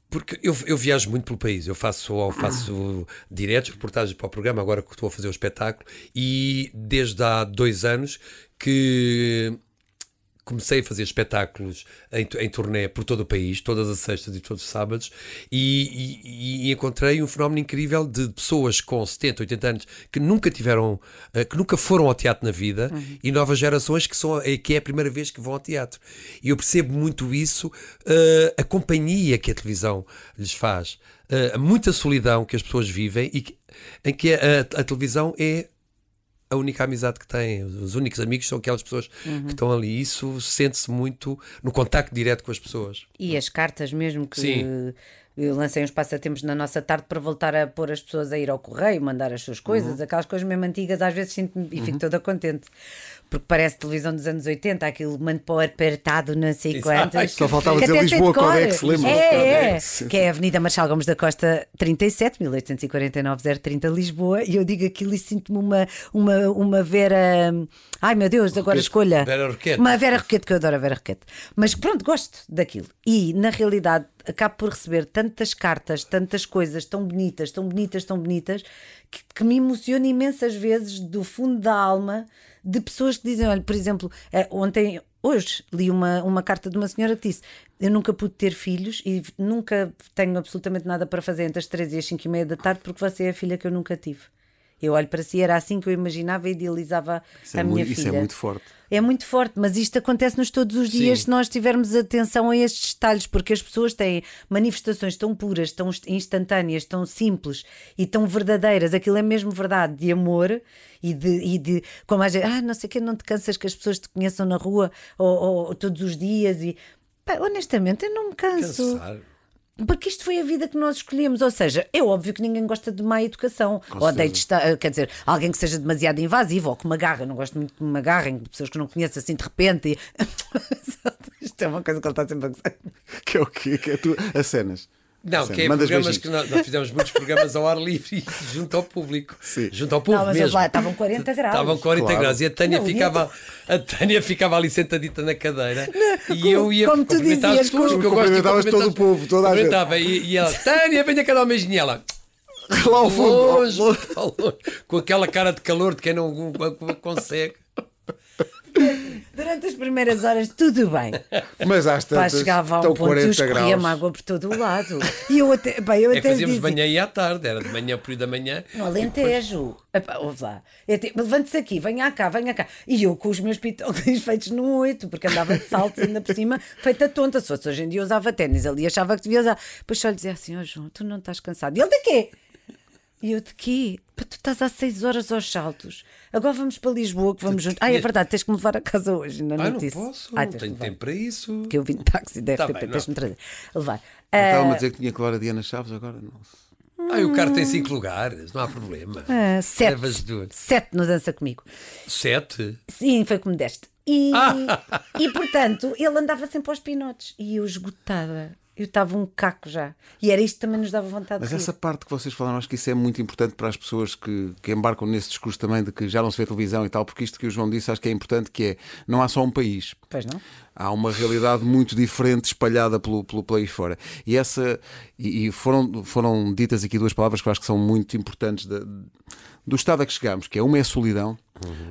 [SPEAKER 2] porque eu, eu viajo muito pelo país, eu faço, faço diretos, reportagens para o programa, agora que estou a fazer o espetáculo, e desde há dois anos que comecei a fazer espetáculos em, tu- em turnê por todo o país, todas as sextas e todos os sábados, e, e- e encontrei um fenómeno incrível de pessoas com 70, 80 anos que nunca tiveram, eh, que nunca foram ao teatro na vida, e novas gerações que, são, eh, que é a primeira vez que vão ao teatro. E eu percebo muito isso, eh, a companhia que a televisão lhes faz, eh, muita solidão que as pessoas vivem e que- em que a- a televisão é a única amizade que têm, os únicos amigos são aquelas pessoas
[SPEAKER 4] Uhum.
[SPEAKER 2] que estão ali. Isso sente-se muito no contacto direto com as pessoas.
[SPEAKER 4] E as cartas mesmo que
[SPEAKER 2] Sim.
[SPEAKER 4] eu lancei uns passatempos na nossa tarde para voltar a pôr as pessoas a ir ao correio, mandar as suas
[SPEAKER 1] Uhum.
[SPEAKER 4] coisas, aquelas coisas mesmo antigas, às vezes sinto-me e fico toda contente. Porque parece televisão dos anos 80, aquilo mando para o apertado, não sei quantas.
[SPEAKER 1] só faltava
[SPEAKER 4] que
[SPEAKER 1] dizer
[SPEAKER 4] até sei
[SPEAKER 1] Lisboa
[SPEAKER 4] de cor.
[SPEAKER 1] Codex, lembra?
[SPEAKER 4] É, é,
[SPEAKER 1] Codex.
[SPEAKER 4] que é a Avenida Marchal Gomes da Costa 37, 1849-030 Lisboa, e eu digo aquilo e sinto-me uma, uma, uma Vera. hum, Ai meu Deus, agora escolha.
[SPEAKER 2] Vera Roquete.
[SPEAKER 4] Uma Vera Roquete, que eu adoro a Vera Roquete. Mas pronto, gosto daquilo. E na realidade acabo por receber tantas cartas, tantas coisas tão bonitas, tão bonitas, tão bonitas, que, que me emociona imensas vezes do fundo da alma de pessoas que dizem: olha, por exemplo, eh, ontem. Hoje li uma, uma carta de uma senhora que disse: Eu nunca pude ter filhos e nunca tenho absolutamente nada para fazer entre as 3 e as 5 e meia da tarde porque você é a filha que eu nunca tive. Eu olho para si, era assim que eu imaginava e idealizava
[SPEAKER 1] Isso
[SPEAKER 4] a
[SPEAKER 1] é
[SPEAKER 4] minha
[SPEAKER 1] muito- isso é
[SPEAKER 4] filha.
[SPEAKER 1] muito forte.
[SPEAKER 4] É muito forte, mas isto acontece-nos todos os dias
[SPEAKER 2] Sim.
[SPEAKER 4] se nós tivermos atenção a estes detalhes, porque as pessoas têm manifestações tão puras, tão inst- instantâneas, tão simples e tão verdadeiras. Aquilo é mesmo verdade de amor e de, e de como a gente, ah, não sei o que, não te cansas que as pessoas te conheçam na rua ou, ou todos os dias e. Pá, honestamente, eu não me canso.
[SPEAKER 2] Cansar.
[SPEAKER 4] Porque isto foi a vida que nós escolhemos, ou seja, é óbvio que ninguém gosta de má educação. ou de estar, quer dizer, alguém que seja demasiado invasivo ou que me agarra. Eu não gosto muito que me agarrem, de pessoas que não conheço assim de repente. E... isto é uma coisa que ele está sempre a gozar.
[SPEAKER 1] Que é o quê? Que é tu... Acenas.
[SPEAKER 2] Não,
[SPEAKER 1] Acenas.
[SPEAKER 2] que é
[SPEAKER 1] Mandas
[SPEAKER 2] programas
[SPEAKER 1] beijinhos.
[SPEAKER 2] que nós, nós fizemos muitos programas ao ar livre e junto ao público.
[SPEAKER 1] Sim.
[SPEAKER 2] Junto ao povo
[SPEAKER 4] Não, mas eles
[SPEAKER 2] mesmo.
[SPEAKER 4] lá estavam 40 graus.
[SPEAKER 2] Estavam 40
[SPEAKER 1] Claro.
[SPEAKER 2] graus e a Tânia,
[SPEAKER 4] Não, o dia
[SPEAKER 2] ficava, a Tânia ficava ali sentadita na cadeira e eu ia
[SPEAKER 4] como tu
[SPEAKER 2] cumprimentar as
[SPEAKER 4] dizias,
[SPEAKER 2] pessoas
[SPEAKER 4] como-
[SPEAKER 2] que eu gosto de
[SPEAKER 1] Cumprimentavas todo o
[SPEAKER 2] cumprimentar-
[SPEAKER 1] povo, toda a gente.
[SPEAKER 2] cumprimentava. E, e ela, Tânia, venha cá dar um beijinho. E ela,
[SPEAKER 1] Lá ao fundo. ao
[SPEAKER 2] longe,
[SPEAKER 1] longe.
[SPEAKER 2] tá longe, com aquela cara de calor de quem não consegue.
[SPEAKER 4] Durante as primeiras horas, tudo bem.
[SPEAKER 1] Mas às
[SPEAKER 4] Pá,
[SPEAKER 1] tantas
[SPEAKER 4] chegava a
[SPEAKER 1] estão
[SPEAKER 4] um ponto
[SPEAKER 1] 40
[SPEAKER 4] e escorria
[SPEAKER 1] graus.
[SPEAKER 4] mágoa por todo o lado. E eu até, bem, eu
[SPEAKER 2] É que
[SPEAKER 4] até
[SPEAKER 2] fazíamos de
[SPEAKER 4] dizia,
[SPEAKER 2] manhã e à tarde, era de manhã ao período da manhã.
[SPEAKER 4] No Alentejo. Epá, ouve lá. Eu te- Levante-se aqui, venha cá, venha cá. E eu com os meus pitões feitos num oito, porque andava de saltos ainda por cima, feita tonta. Se fosse hoje em dia, eu usava ténis ali, achava que devia usar. Depois só lhe dizia assim: Ó João, tu não estás cansado. E ele de quê? E eu de quê? Pá, tu estás há seis horas aos saltos. Agora vamos para Lisboa, que vamos juntos. Ah, é verdade, tens que me levar a casa hoje, ainda
[SPEAKER 2] Ah,
[SPEAKER 4] não
[SPEAKER 2] não
[SPEAKER 4] disse.
[SPEAKER 2] posso,
[SPEAKER 4] Ai,
[SPEAKER 2] não
[SPEAKER 4] tens
[SPEAKER 2] tenho
[SPEAKER 4] que me levar,
[SPEAKER 2] tempo para isso.
[SPEAKER 4] Porque eu vim de táxi, deve
[SPEAKER 2] Tá
[SPEAKER 4] ter,
[SPEAKER 2] bem, Então,
[SPEAKER 4] tens-me trazer. Levar.
[SPEAKER 1] Não
[SPEAKER 4] Ah,
[SPEAKER 1] Estava-me a dizer que tinha que levar a Diana Chaves agora? Não.
[SPEAKER 2] Ah, e o carro tem cinco lugares, não há problema.
[SPEAKER 4] ah,
[SPEAKER 2] Levas
[SPEAKER 4] sete.
[SPEAKER 2] duas.
[SPEAKER 4] Sete no Dança Comigo.
[SPEAKER 2] Sete?
[SPEAKER 4] Sim, foi como deste. E, e portanto, ele andava sempre aos pinotes e eu esgotada. Eu estava um caco já. E era isto que também nos dava vontade
[SPEAKER 1] Mas
[SPEAKER 4] de rir.
[SPEAKER 1] essa parte que vocês falaram, acho que isso é muito importante para as pessoas que, que embarcam nesse discurso também de que já não se vê televisão e tal, porque isto que o João disse acho que é importante, que é, não há só um país.
[SPEAKER 4] Pois não?
[SPEAKER 1] Há uma realidade muito diferente espalhada pelo, pelo país fora. E essa e, e foram, foram ditas aqui duas palavras que eu acho que são muito importantes da- do estado a que chegamos, que é uma é a solidão.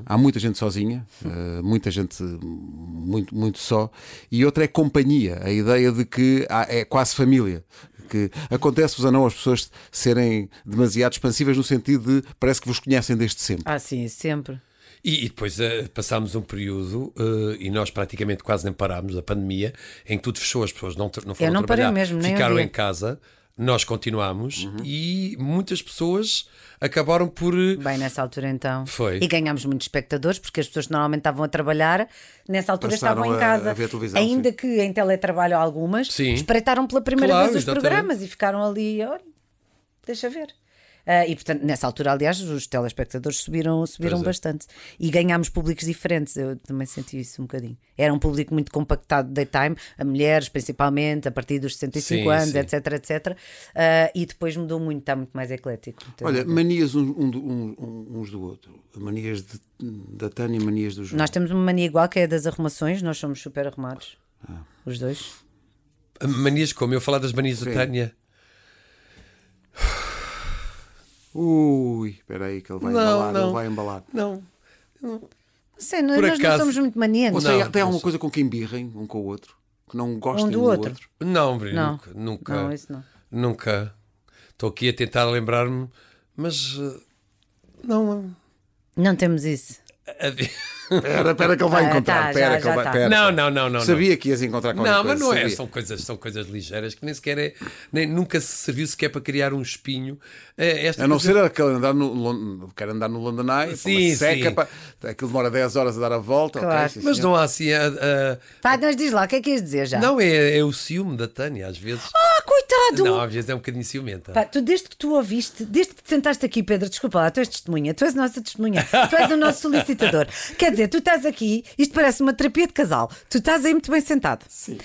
[SPEAKER 1] Há muita gente sozinha, eh, muita gente muito, muito só, e outra é companhia, a ideia de que há- é quase família. Que acontece-vos a não as pessoas serem demasiado expansivas no sentido de parece que vos conhecem desde sempre.
[SPEAKER 4] Ah, sim, sempre.
[SPEAKER 2] E, e depois eh, passámos um período eh, e nós praticamente quase nem parámos da pandemia em que tudo fechou, as pessoas não, tra- não foram
[SPEAKER 4] Eu não parei
[SPEAKER 2] trabalhar,
[SPEAKER 4] mesmo, nem um
[SPEAKER 2] ficaram
[SPEAKER 4] dia.
[SPEAKER 2] em casa. nós continuámos e muitas pessoas acabaram por. eh,
[SPEAKER 4] Bem, nessa altura então.
[SPEAKER 2] Foi.
[SPEAKER 4] E ganhámos muitos espectadores, porque as pessoas que normalmente estavam a trabalhar, nessa altura
[SPEAKER 1] Passaram
[SPEAKER 4] estavam
[SPEAKER 1] a-
[SPEAKER 4] em casa.
[SPEAKER 1] a ver televisão,
[SPEAKER 4] Ainda
[SPEAKER 1] sim.
[SPEAKER 4] que em teletrabalho algumas,
[SPEAKER 2] Sim.
[SPEAKER 4] espreitaram pela primeira
[SPEAKER 2] Claro,
[SPEAKER 4] vez os
[SPEAKER 2] exatamente.
[SPEAKER 4] programas e ficaram ali, olha, deixa ver. Ah, e portanto, nessa altura, aliás, os telespectadores subiram, subiram
[SPEAKER 2] Pois é.
[SPEAKER 4] bastante. E ganhámos públicos diferentes, eu também senti isso um bocadinho. Era um público muito compactado de daytime, a mulheres principalmente, a partir dos 65
[SPEAKER 2] Sim,
[SPEAKER 4] anos,
[SPEAKER 2] sim.
[SPEAKER 4] etc, etc. Ah, e depois mudou muito, está muito mais eclético. Então,
[SPEAKER 1] Olha, manias um- um do- um- um- uns do outro. Manias de- da Tânia e manias do João.
[SPEAKER 4] Nós temos uma mania igual que é a das arrumações, nós somos super arrumados. Os dois.
[SPEAKER 2] Manias como? Eu falar das manias da Tânia.
[SPEAKER 1] Ui, espera aí que ele vai
[SPEAKER 2] Não,
[SPEAKER 1] embalar,
[SPEAKER 2] não.
[SPEAKER 1] ele vai embalar.
[SPEAKER 2] Não.
[SPEAKER 4] Não sei, nós,
[SPEAKER 2] Por
[SPEAKER 4] nós não
[SPEAKER 2] acaso-
[SPEAKER 4] somos muito manianos.
[SPEAKER 1] Ou tem,
[SPEAKER 2] Não,
[SPEAKER 1] tem
[SPEAKER 2] não
[SPEAKER 1] alguma
[SPEAKER 2] sei.
[SPEAKER 1] coisa com que embirrem um com o outro? Que não gostem
[SPEAKER 4] Um
[SPEAKER 1] um
[SPEAKER 4] do
[SPEAKER 1] do,
[SPEAKER 4] outro.
[SPEAKER 2] Não, Bruno,
[SPEAKER 4] Não.
[SPEAKER 2] nunca. nunca.
[SPEAKER 4] Não, isso não.
[SPEAKER 2] Nunca. Estou aqui a tentar lembrar-me, mas. eh, Não.
[SPEAKER 4] Não temos isso.
[SPEAKER 1] Espera, espera que ele vai
[SPEAKER 4] Ah,
[SPEAKER 1] encontrar.
[SPEAKER 4] tá,
[SPEAKER 1] espera
[SPEAKER 4] já,
[SPEAKER 1] que ele
[SPEAKER 4] já
[SPEAKER 1] vai.
[SPEAKER 4] tá.
[SPEAKER 1] espera.
[SPEAKER 2] eh, Não, não, não, não. não.
[SPEAKER 1] Sabia que ias encontrar qualquer
[SPEAKER 2] Não,
[SPEAKER 1] coisa.
[SPEAKER 2] mas não é.
[SPEAKER 1] sabia.
[SPEAKER 2] São coisas, são coisas ligeiras que nem sequer é. Nem, nunca se serviu sequer para criar um espinho. Eh, esta
[SPEAKER 1] A não
[SPEAKER 2] coisa-
[SPEAKER 1] ser aquele andar no, Lon- quero andar no London Eye,
[SPEAKER 2] Sim,
[SPEAKER 1] uma seca,
[SPEAKER 2] sim.
[SPEAKER 1] pá, aquilo demora 10 horas a dar a volta. ok,
[SPEAKER 4] Claro.
[SPEAKER 1] sim,
[SPEAKER 2] Mas
[SPEAKER 1] senhor.
[SPEAKER 2] não há assim. a-
[SPEAKER 4] Pá, nós diz lá, o que é que ias dizer já?
[SPEAKER 2] a- não, é, é o ciúme da Tânia, às vezes.
[SPEAKER 4] Ah, coitado!
[SPEAKER 2] Não, às vezes é um bocadinho ciumenta.
[SPEAKER 4] Pá, tu, desde que tu ouviste, desde que te sentaste aqui, Pedro, desculpa lá, tu és testemunha, tu és a nossa testemunha, tu és o nosso solicitador. Quer dizer, tu estás aqui, isto parece uma terapia de casal, tu estás aí muito bem sentado. Sim.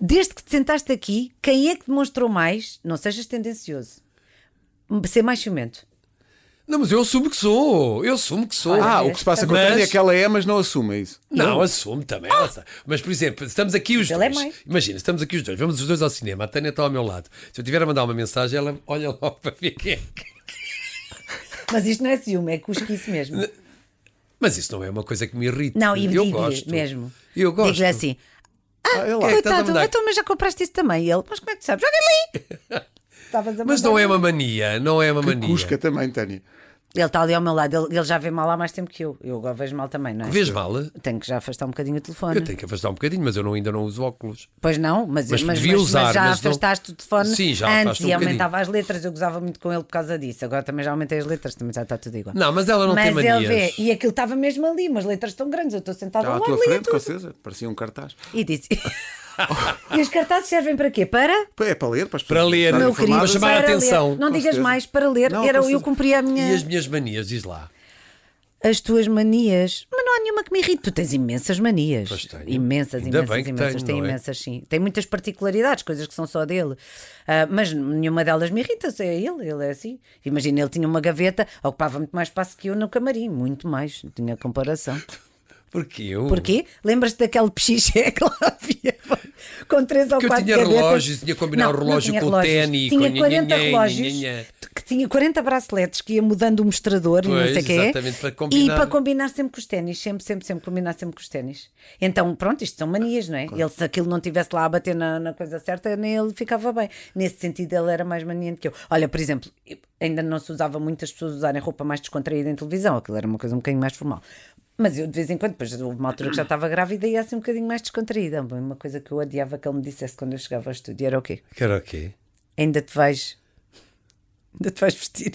[SPEAKER 4] Desde que te sentaste aqui, quem é que demonstrou mais, não sejas tendencioso, ser mais ciumento?
[SPEAKER 2] Não, mas eu assumo que sou. Eu assumo que sou.
[SPEAKER 1] Ah, o que se passa com a
[SPEAKER 2] Mas-
[SPEAKER 1] Tânia é que ela é, mas não assume isso.
[SPEAKER 2] Não, assume também. ela sabe. Mas, por exemplo, estamos aqui os
[SPEAKER 4] Ah! Mas ele é
[SPEAKER 2] dois.
[SPEAKER 4] mãe.
[SPEAKER 2] Imagina, estamos aqui os dois. Vamos os dois ao cinema. A Tânia está ao meu lado. Se eu tiver a mandar uma mensagem, ela olha logo para ver quem é. que-
[SPEAKER 4] Mas isto não é ciúme, é cusquice mesmo.
[SPEAKER 2] Mas isso não é uma coisa que me irrita.
[SPEAKER 4] Não, e
[SPEAKER 2] eu
[SPEAKER 4] digo-lhe
[SPEAKER 2] gosto.
[SPEAKER 4] mesmo.
[SPEAKER 2] Eu gosto.
[SPEAKER 4] Digo-lhe assim:
[SPEAKER 1] Ah, é lá.
[SPEAKER 2] que é que estás a
[SPEAKER 4] coitado,
[SPEAKER 2] mandar?
[SPEAKER 4] então, mas já compraste isso também. E ele, mas como é que tu sabes? Joga ali! Estavas a
[SPEAKER 2] Mas
[SPEAKER 4] mandar
[SPEAKER 2] não é
[SPEAKER 4] vir.
[SPEAKER 2] uma mania. Não é uma mania.
[SPEAKER 1] Cusca também, Tânia.
[SPEAKER 4] Ele está ali ao meu lado, ele, ele já vê mal há mais tempo que eu. Eu agora vejo mal também, não é?
[SPEAKER 2] Vês mal?
[SPEAKER 4] Tenho que já afastar um bocadinho o telefone.
[SPEAKER 2] Eu tenho que afastar um bocadinho, mas eu não- ainda não uso óculos.
[SPEAKER 4] Pois não, mas,
[SPEAKER 2] Mas
[SPEAKER 4] mas, mas,
[SPEAKER 2] devia usar,
[SPEAKER 4] já
[SPEAKER 2] mas não-
[SPEAKER 4] afastaste o telefone
[SPEAKER 2] Sim, já
[SPEAKER 4] antes
[SPEAKER 2] afasto um
[SPEAKER 4] e
[SPEAKER 2] bocadinho.
[SPEAKER 4] aumentava as letras. Eu gozava muito com ele por causa disso. Agora também já aumentei as letras, também já está tudo igual.
[SPEAKER 2] Não, mas ela não
[SPEAKER 4] mas
[SPEAKER 2] tem manias.
[SPEAKER 4] ele vê, e aquilo estava mesmo ali, umas letras tão grandes. Eu estou sentado
[SPEAKER 1] Estava
[SPEAKER 4] ao
[SPEAKER 1] à
[SPEAKER 4] lado,
[SPEAKER 1] tua
[SPEAKER 4] lia
[SPEAKER 1] frente, com
[SPEAKER 4] tudo.
[SPEAKER 1] certeza. Parecia um cartaz.
[SPEAKER 4] E disse. e os cartazes servem para quê? Para
[SPEAKER 1] É para ler, para, as
[SPEAKER 2] Para
[SPEAKER 1] pessoas
[SPEAKER 2] ler.
[SPEAKER 1] estarem
[SPEAKER 2] Meu
[SPEAKER 4] Meu
[SPEAKER 2] querido,
[SPEAKER 1] informadas.
[SPEAKER 2] Para
[SPEAKER 4] querido,
[SPEAKER 2] chamar a
[SPEAKER 4] para
[SPEAKER 2] atenção.
[SPEAKER 4] ler. Não
[SPEAKER 1] Com
[SPEAKER 4] digas
[SPEAKER 1] certeza.
[SPEAKER 4] mais para ler,
[SPEAKER 1] Não,
[SPEAKER 4] era
[SPEAKER 1] com
[SPEAKER 4] eu
[SPEAKER 1] certeza.
[SPEAKER 4] cumpri a minha.
[SPEAKER 2] E as
[SPEAKER 4] as...
[SPEAKER 2] minhas manias, diz lá.
[SPEAKER 4] tuas manias. Mas não há nenhuma que me irrite. Tu tens imensas manias.
[SPEAKER 2] Pois tenho.
[SPEAKER 4] Imensas,
[SPEAKER 2] Ainda
[SPEAKER 4] imensas,
[SPEAKER 2] bem que
[SPEAKER 4] imensas.
[SPEAKER 2] tenho,
[SPEAKER 4] tem
[SPEAKER 2] não é?
[SPEAKER 4] imensas, sim. Tem muitas particularidades, coisas que são só dele. Ah, mas nenhuma delas me irrita. É ele, ele é assim. Imagina, ele tinha uma gaveta, ocupava muito mais espaço que eu no camarim. Muito mais. Não tinha comparação.
[SPEAKER 2] Porque eu.
[SPEAKER 4] Porquê? Lembras-te daquele pechiché que lá havia com três ou
[SPEAKER 2] Porque eu
[SPEAKER 4] quatro
[SPEAKER 2] tinha
[SPEAKER 4] cabeças?
[SPEAKER 2] relógios, tinha que combinar o relógio
[SPEAKER 4] tinha
[SPEAKER 2] com o
[SPEAKER 4] relógios.
[SPEAKER 2] ténis,
[SPEAKER 4] Tinha
[SPEAKER 2] com
[SPEAKER 4] 40
[SPEAKER 2] nhanhã,
[SPEAKER 4] relógios,
[SPEAKER 2] nhanhã.
[SPEAKER 4] que tinha 40 braceletes que ia mudando o mostrador e não sei
[SPEAKER 2] Pois,
[SPEAKER 4] o quê.
[SPEAKER 2] exatamente, para
[SPEAKER 4] E
[SPEAKER 2] combinar.
[SPEAKER 4] para combinar sempre com os ténis, sempre, sempre, sempre, combinar sempre com os ténis. Então, pronto, isto são manias, não é? Ele, se aquilo não estivesse lá a bater na, na coisa certa, nem ele ficava bem. Nesse sentido, ele era mais maniante que eu. Olha, por exemplo, ainda não se usava muitas pessoas usarem roupa mais descontraída em televisão, aquilo era uma coisa um bocadinho mais formal. Mas eu de vez em quando, depois houve uma altura que já estava grávida e ia assim um bocadinho mais descontraída. Uma coisa que eu adiava que ele me dissesse quando eu chegava ao estúdio era o quê?
[SPEAKER 2] Que era o quê?
[SPEAKER 4] Ainda te vais. Ainda te vais vestir.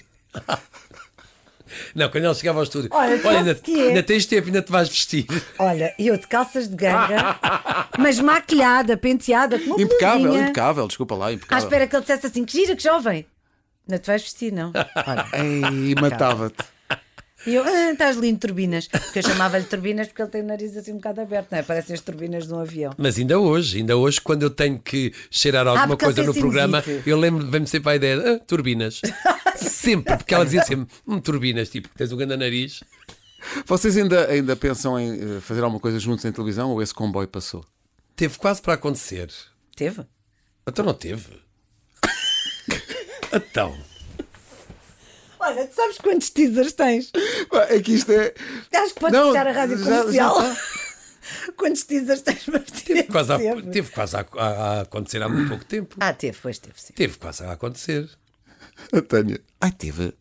[SPEAKER 2] Não, quando ela chegava ao estúdio.
[SPEAKER 4] Olha, sabe
[SPEAKER 2] ainda,
[SPEAKER 4] o que é?
[SPEAKER 2] ainda tens tempo, ainda te vais vestir.
[SPEAKER 4] Olha, eu de calças de ganga, mas maquilhada, penteada, com uma
[SPEAKER 1] Impecável,
[SPEAKER 4] blusinha.
[SPEAKER 1] impecável, desculpa lá,
[SPEAKER 4] À
[SPEAKER 1] impecável.
[SPEAKER 4] espera que ele dissesse assim: que gira, que jovem. Não te vais vestir, não. Olha.
[SPEAKER 1] Ei, matava-te.
[SPEAKER 4] E eu, ah, estás lindo, turbinas. Porque eu chamava-lhe turbinas porque ele tem o nariz assim um bocado aberto, não é? Parecem as turbinas de um avião.
[SPEAKER 2] Mas ainda hoje, ainda hoje, quando eu tenho que cheirar alguma
[SPEAKER 4] Ah, porque
[SPEAKER 2] coisa
[SPEAKER 4] ele
[SPEAKER 2] no
[SPEAKER 4] tem
[SPEAKER 2] programa,
[SPEAKER 4] sinusite.
[SPEAKER 2] eu lembro, vem-me sempre a ideia de "Ah, turbinas. sempre, porque ela dizia sempre, hum, turbinas, tipo, tens um grande nariz.
[SPEAKER 1] Vocês ainda, ainda pensam em eh, fazer alguma coisa juntos em televisão ou esse comboio passou?
[SPEAKER 2] Teve quase para acontecer.
[SPEAKER 4] Teve?
[SPEAKER 2] Então não teve. então.
[SPEAKER 4] Olha, tu sabes quantos teasers tens?
[SPEAKER 1] É que isto é.
[SPEAKER 4] Acho que podes
[SPEAKER 1] Não,
[SPEAKER 4] fechar a rádio
[SPEAKER 1] já- já
[SPEAKER 4] comercial. quantos teasers tens para vestir?
[SPEAKER 2] tá. Tipo, Quase a- teve quase a, a- a acontecer há muito pouco tempo.
[SPEAKER 4] Ah, teve, pois teve, sim.
[SPEAKER 2] Teve quase a acontecer.
[SPEAKER 1] A Tânia. Ai, teve.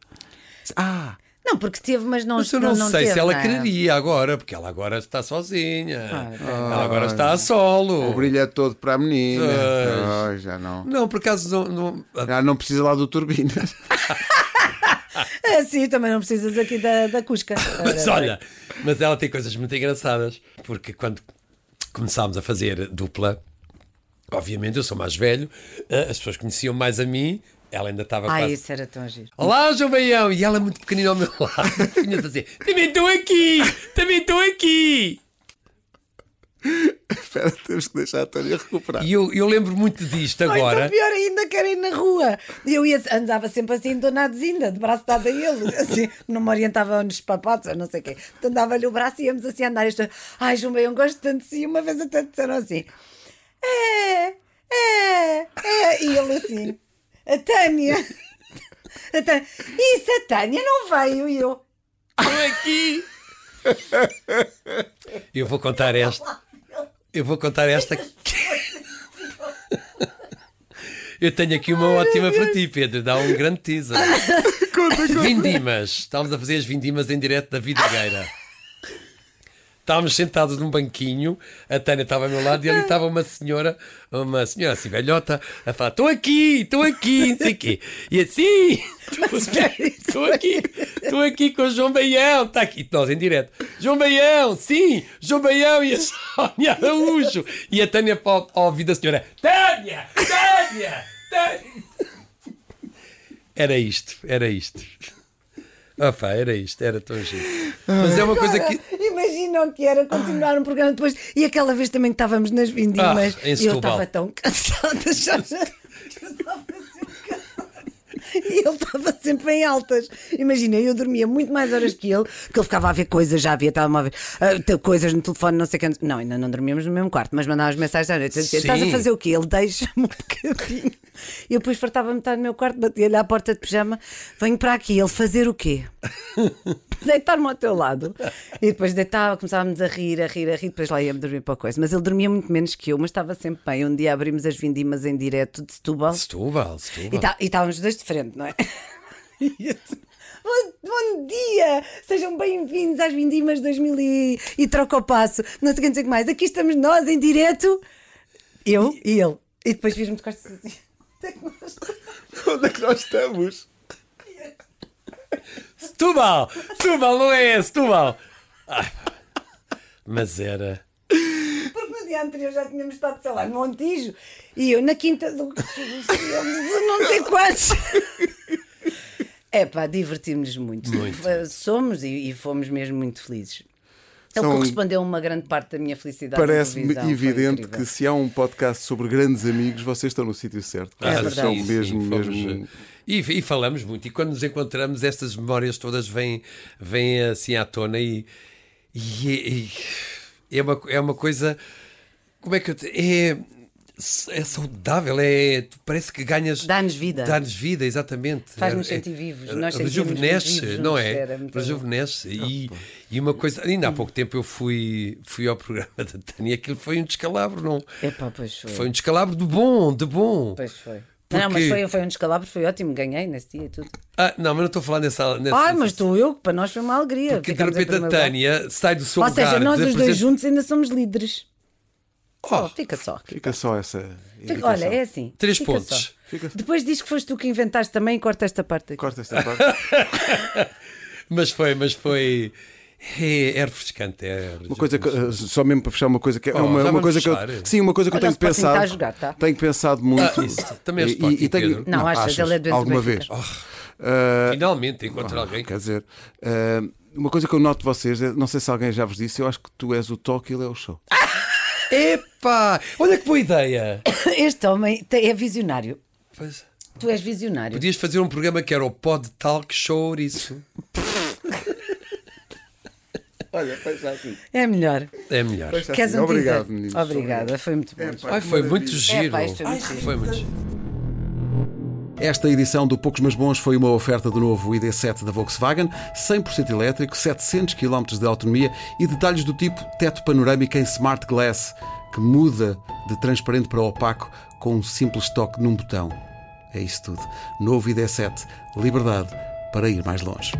[SPEAKER 1] Ah,
[SPEAKER 4] Não, porque teve, mas não
[SPEAKER 2] Mas eu não, sei
[SPEAKER 4] teve,
[SPEAKER 2] se ela
[SPEAKER 4] não é?
[SPEAKER 2] quereria agora, porque ela agora está sozinha.
[SPEAKER 4] Ah,
[SPEAKER 2] ela agora está a solo.
[SPEAKER 1] O brilho é todo para a menina.
[SPEAKER 2] Pois.
[SPEAKER 1] Ai, já não.
[SPEAKER 2] Não, por acaso não. não-
[SPEAKER 1] Já não precisa lá do turbina.
[SPEAKER 4] Ah, sim, também não precisas aqui da, da Cusca.
[SPEAKER 2] Mas olha, mas ela tem coisas muito engraçadas, porque quando começámos a fazer dupla, obviamente eu sou mais velho, eh, as pessoas conheciam mais a mim, ela ainda estava
[SPEAKER 4] Ai,
[SPEAKER 2] quase.
[SPEAKER 4] isso era tão giro.
[SPEAKER 2] Olá, João Baião! E ela muito pequenina ao meu lado, vinha dizer: Também estou aqui! Também estou aqui!
[SPEAKER 1] Espera, temos que deixar a Tânia recuperar.
[SPEAKER 2] E eu, eu lembro muito disto
[SPEAKER 4] Ou então
[SPEAKER 2] agora.
[SPEAKER 4] pior ainda, querem na rua. E Eu ia, andava sempre assim, donadezinha, de braço dado a ele. Assim, não me orientava nos papatos, ou não sei o quê. Então dava-lhe o braço e íamos assim andar. E estou, Ai, João Baião, gosto tanto de si. Uma vez até disseram assim: É, é, é. E ele assim: A Tânia. A Tânia. Isso, a Tânia não veio. E eu.
[SPEAKER 2] Estou aqui! Eu vou contar esta. Eu vou contar esta. Eu tenho aqui uma ótima para ti, Pedro. Dá um grande teaser. Vindimas. Estávamos a fazer as vindimas em direto da Vidigueira. Estávamos sentados num banquinho, a Tânia estava ao meu lado e ali estava uma senhora, uma senhora assim velhota, a falar: Estou aqui, estou aqui, não sei o quê. E assim, estou aqui, estou aqui, estou aqui com o João Baião, está aqui, nós em direto. João Baião, sim, João Baião e a Sónia Araújo. E a Tânia para o- ao ouvido da senhora: Tânia, Tânia, Tânia. Era isto, era isto. Opa, era isto, era tão giro. Mas é uma coisa que.
[SPEAKER 4] Imaginam que era continuar um programa depois. E aquela vez também que estávamos nas vindimas.
[SPEAKER 2] Ah, em
[SPEAKER 4] eu
[SPEAKER 2] Setúbal.
[SPEAKER 4] estava tão cansada. Já, já, que eu estava sempre cansada. E ele estava sempre em altas. Imagina, eu dormia muito mais horas que ele, que ele ficava a ver coisas, já havia, estava a ver ah, t- coisas no telefone, não sei quanto. Não, ainda não dormíamos no mesmo quarto, mas mandávamos mensagens à noite. a dizer, Estás a
[SPEAKER 2] Sim.
[SPEAKER 4] fazer o quê? Ele deixa-me um bocadinho. E eu depois fartava-me de estar no meu quarto, batia-lhe à porta de pijama, venho para aqui. Ele fazer o quê? deitar-me ao teu lado. E depois deitava, começávamos a rir, a rir, a rir, depois lá ia-me dormir para a coisa. Mas ele dormia muito menos que eu, mas estava sempre bem. Um dia abrimos as vindimas em direto de Setúbal
[SPEAKER 2] Setúbal,
[SPEAKER 4] e
[SPEAKER 2] Setúbal.
[SPEAKER 4] tá- e estávamos os dois de frente, não é? E eu disse, Bom, bom dia! Sejam bem-vindos às Vindimas 2000 e, e troca o passo. Não sei o que, não sei o que mais. Aqui estamos nós em direto, eu e ele. E depois fiz-me de costas assim.
[SPEAKER 1] Onde é que nós estamos?
[SPEAKER 2] Setúbal! Setúbal, não é esse, Setúbal! Ai, pá. mas era.
[SPEAKER 4] Porque no dia anterior já tínhamos estado, sei lá, no Montijo e eu na quinta do. do não sei quantos. É pá, divertimos-nos muito. F- Somos e, e fomos mesmo muito felizes. Ele
[SPEAKER 1] São-
[SPEAKER 4] correspondeu a uma grande parte da minha felicidade. na
[SPEAKER 1] Parece-me
[SPEAKER 4] televisão, foi
[SPEAKER 1] evidente
[SPEAKER 4] incrível.
[SPEAKER 1] que se há um podcast sobre grandes amigos, vocês estão no sítio certo.
[SPEAKER 2] Ah,
[SPEAKER 1] Vocês
[SPEAKER 4] É verdade.
[SPEAKER 1] estão
[SPEAKER 2] sim, sim,
[SPEAKER 1] mesmo,
[SPEAKER 2] fomos,
[SPEAKER 1] mesmo.
[SPEAKER 2] eh, E, e falamos muito, e quando nos encontramos, estas memórias todas vêm, vêm assim à tona e, e- e- é, uma, é uma coisa. Como é que eu te, é, é saudável, é, parece que ganhas.
[SPEAKER 4] Dá-nos vida.
[SPEAKER 2] Dá-nos vida, exatamente.
[SPEAKER 4] Faz-nos
[SPEAKER 2] É- é-
[SPEAKER 4] sentir vivos, nós sentimos-nos
[SPEAKER 2] Rejuvenesce,
[SPEAKER 4] vivos
[SPEAKER 2] não
[SPEAKER 4] juntos,
[SPEAKER 2] é?
[SPEAKER 4] era muito bom.
[SPEAKER 2] Rejuvenesce.
[SPEAKER 1] Ah,
[SPEAKER 2] E, e uma coisa. Ainda há pouco tempo eu fui, fui ao programa da Tânia, aquilo foi um descalabro, não?
[SPEAKER 4] É pá, pois foi.
[SPEAKER 2] Foi um descalabro de bom, de bom.
[SPEAKER 4] Pois foi. Não,
[SPEAKER 2] Porque-
[SPEAKER 4] mas foi, foi um descalabro, foi ótimo, ganhei nesse dia e tudo.
[SPEAKER 2] Ah, não, mas não estou a falar nessa. nessa
[SPEAKER 4] Ai, mas tu, eu, que para nós foi uma alegria.
[SPEAKER 2] Que de
[SPEAKER 4] ficámos em
[SPEAKER 2] repente a
[SPEAKER 4] primeiro lugar.
[SPEAKER 2] Tânia sai do seu
[SPEAKER 4] Ou
[SPEAKER 2] lugar.
[SPEAKER 4] seja, nós
[SPEAKER 2] de
[SPEAKER 4] os dois
[SPEAKER 2] apresenta-
[SPEAKER 4] juntos ainda somos líderes. Só,
[SPEAKER 2] Oh,
[SPEAKER 4] fica só.
[SPEAKER 1] Fica só essa.
[SPEAKER 4] Fica-
[SPEAKER 1] indicação.
[SPEAKER 4] olha, é assim.
[SPEAKER 2] Três
[SPEAKER 4] fica
[SPEAKER 2] pontos.
[SPEAKER 4] só. Depois diz que foste tu que inventaste também e corta esta parte aqui.
[SPEAKER 1] Corta esta parte.
[SPEAKER 2] mas foi, mas foi. É, é refrescante. É,
[SPEAKER 1] Uma coisa que, eh, só mesmo para fechar uma coisa que é
[SPEAKER 2] Oh,
[SPEAKER 1] uma,
[SPEAKER 2] já
[SPEAKER 1] uma
[SPEAKER 2] vamos
[SPEAKER 1] coisa que eu,
[SPEAKER 2] fechar.
[SPEAKER 1] sim, uma coisa que
[SPEAKER 4] Olha,
[SPEAKER 1] eu
[SPEAKER 4] o
[SPEAKER 1] tenho
[SPEAKER 4] Sporting
[SPEAKER 1] pensado.
[SPEAKER 4] está a jogar, tá?
[SPEAKER 1] Tenho pensado muito.
[SPEAKER 2] Ah, isso. Também é
[SPEAKER 1] E-
[SPEAKER 2] Sporting,
[SPEAKER 1] e, e tenho,
[SPEAKER 2] Pedro.
[SPEAKER 4] Não, achas, ele é doente do
[SPEAKER 1] alguma vez.
[SPEAKER 4] Benfica.
[SPEAKER 1] Ah,
[SPEAKER 2] Finalmente encontrar alguém.
[SPEAKER 1] Quer dizer, eh, uma coisa que eu noto de vocês, é- não sei se alguém já vos disse, eu acho que tu és o toque e ele é o show.
[SPEAKER 2] Epá! Olha que boa ideia!
[SPEAKER 4] Este homem te- é visionário.
[SPEAKER 2] Pois,
[SPEAKER 4] Tu és visionário.
[SPEAKER 2] podias fazer um programa que era o Pod Talk Show, isso.
[SPEAKER 1] Olha, faz assim.
[SPEAKER 4] É melhor.
[SPEAKER 2] É melhor.
[SPEAKER 4] Queres um
[SPEAKER 1] Obrigado,
[SPEAKER 4] teaser?
[SPEAKER 1] meninos. É,
[SPEAKER 4] Obrigada, foi muito bom.
[SPEAKER 2] Ai, foi muito giro.
[SPEAKER 4] É, pá, isto foi muito giro.
[SPEAKER 2] Foi muito giro.
[SPEAKER 1] Esta edição do Poucos Mas Bons foi uma oferta do novo ID7 da Volkswagen, 100% elétrico, 700 km de autonomia e detalhes do tipo teto panorâmico em smart glass, que muda de transparente para opaco com um simples toque num botão. É isso tudo. Novo ID7, liberdade para ir mais longe.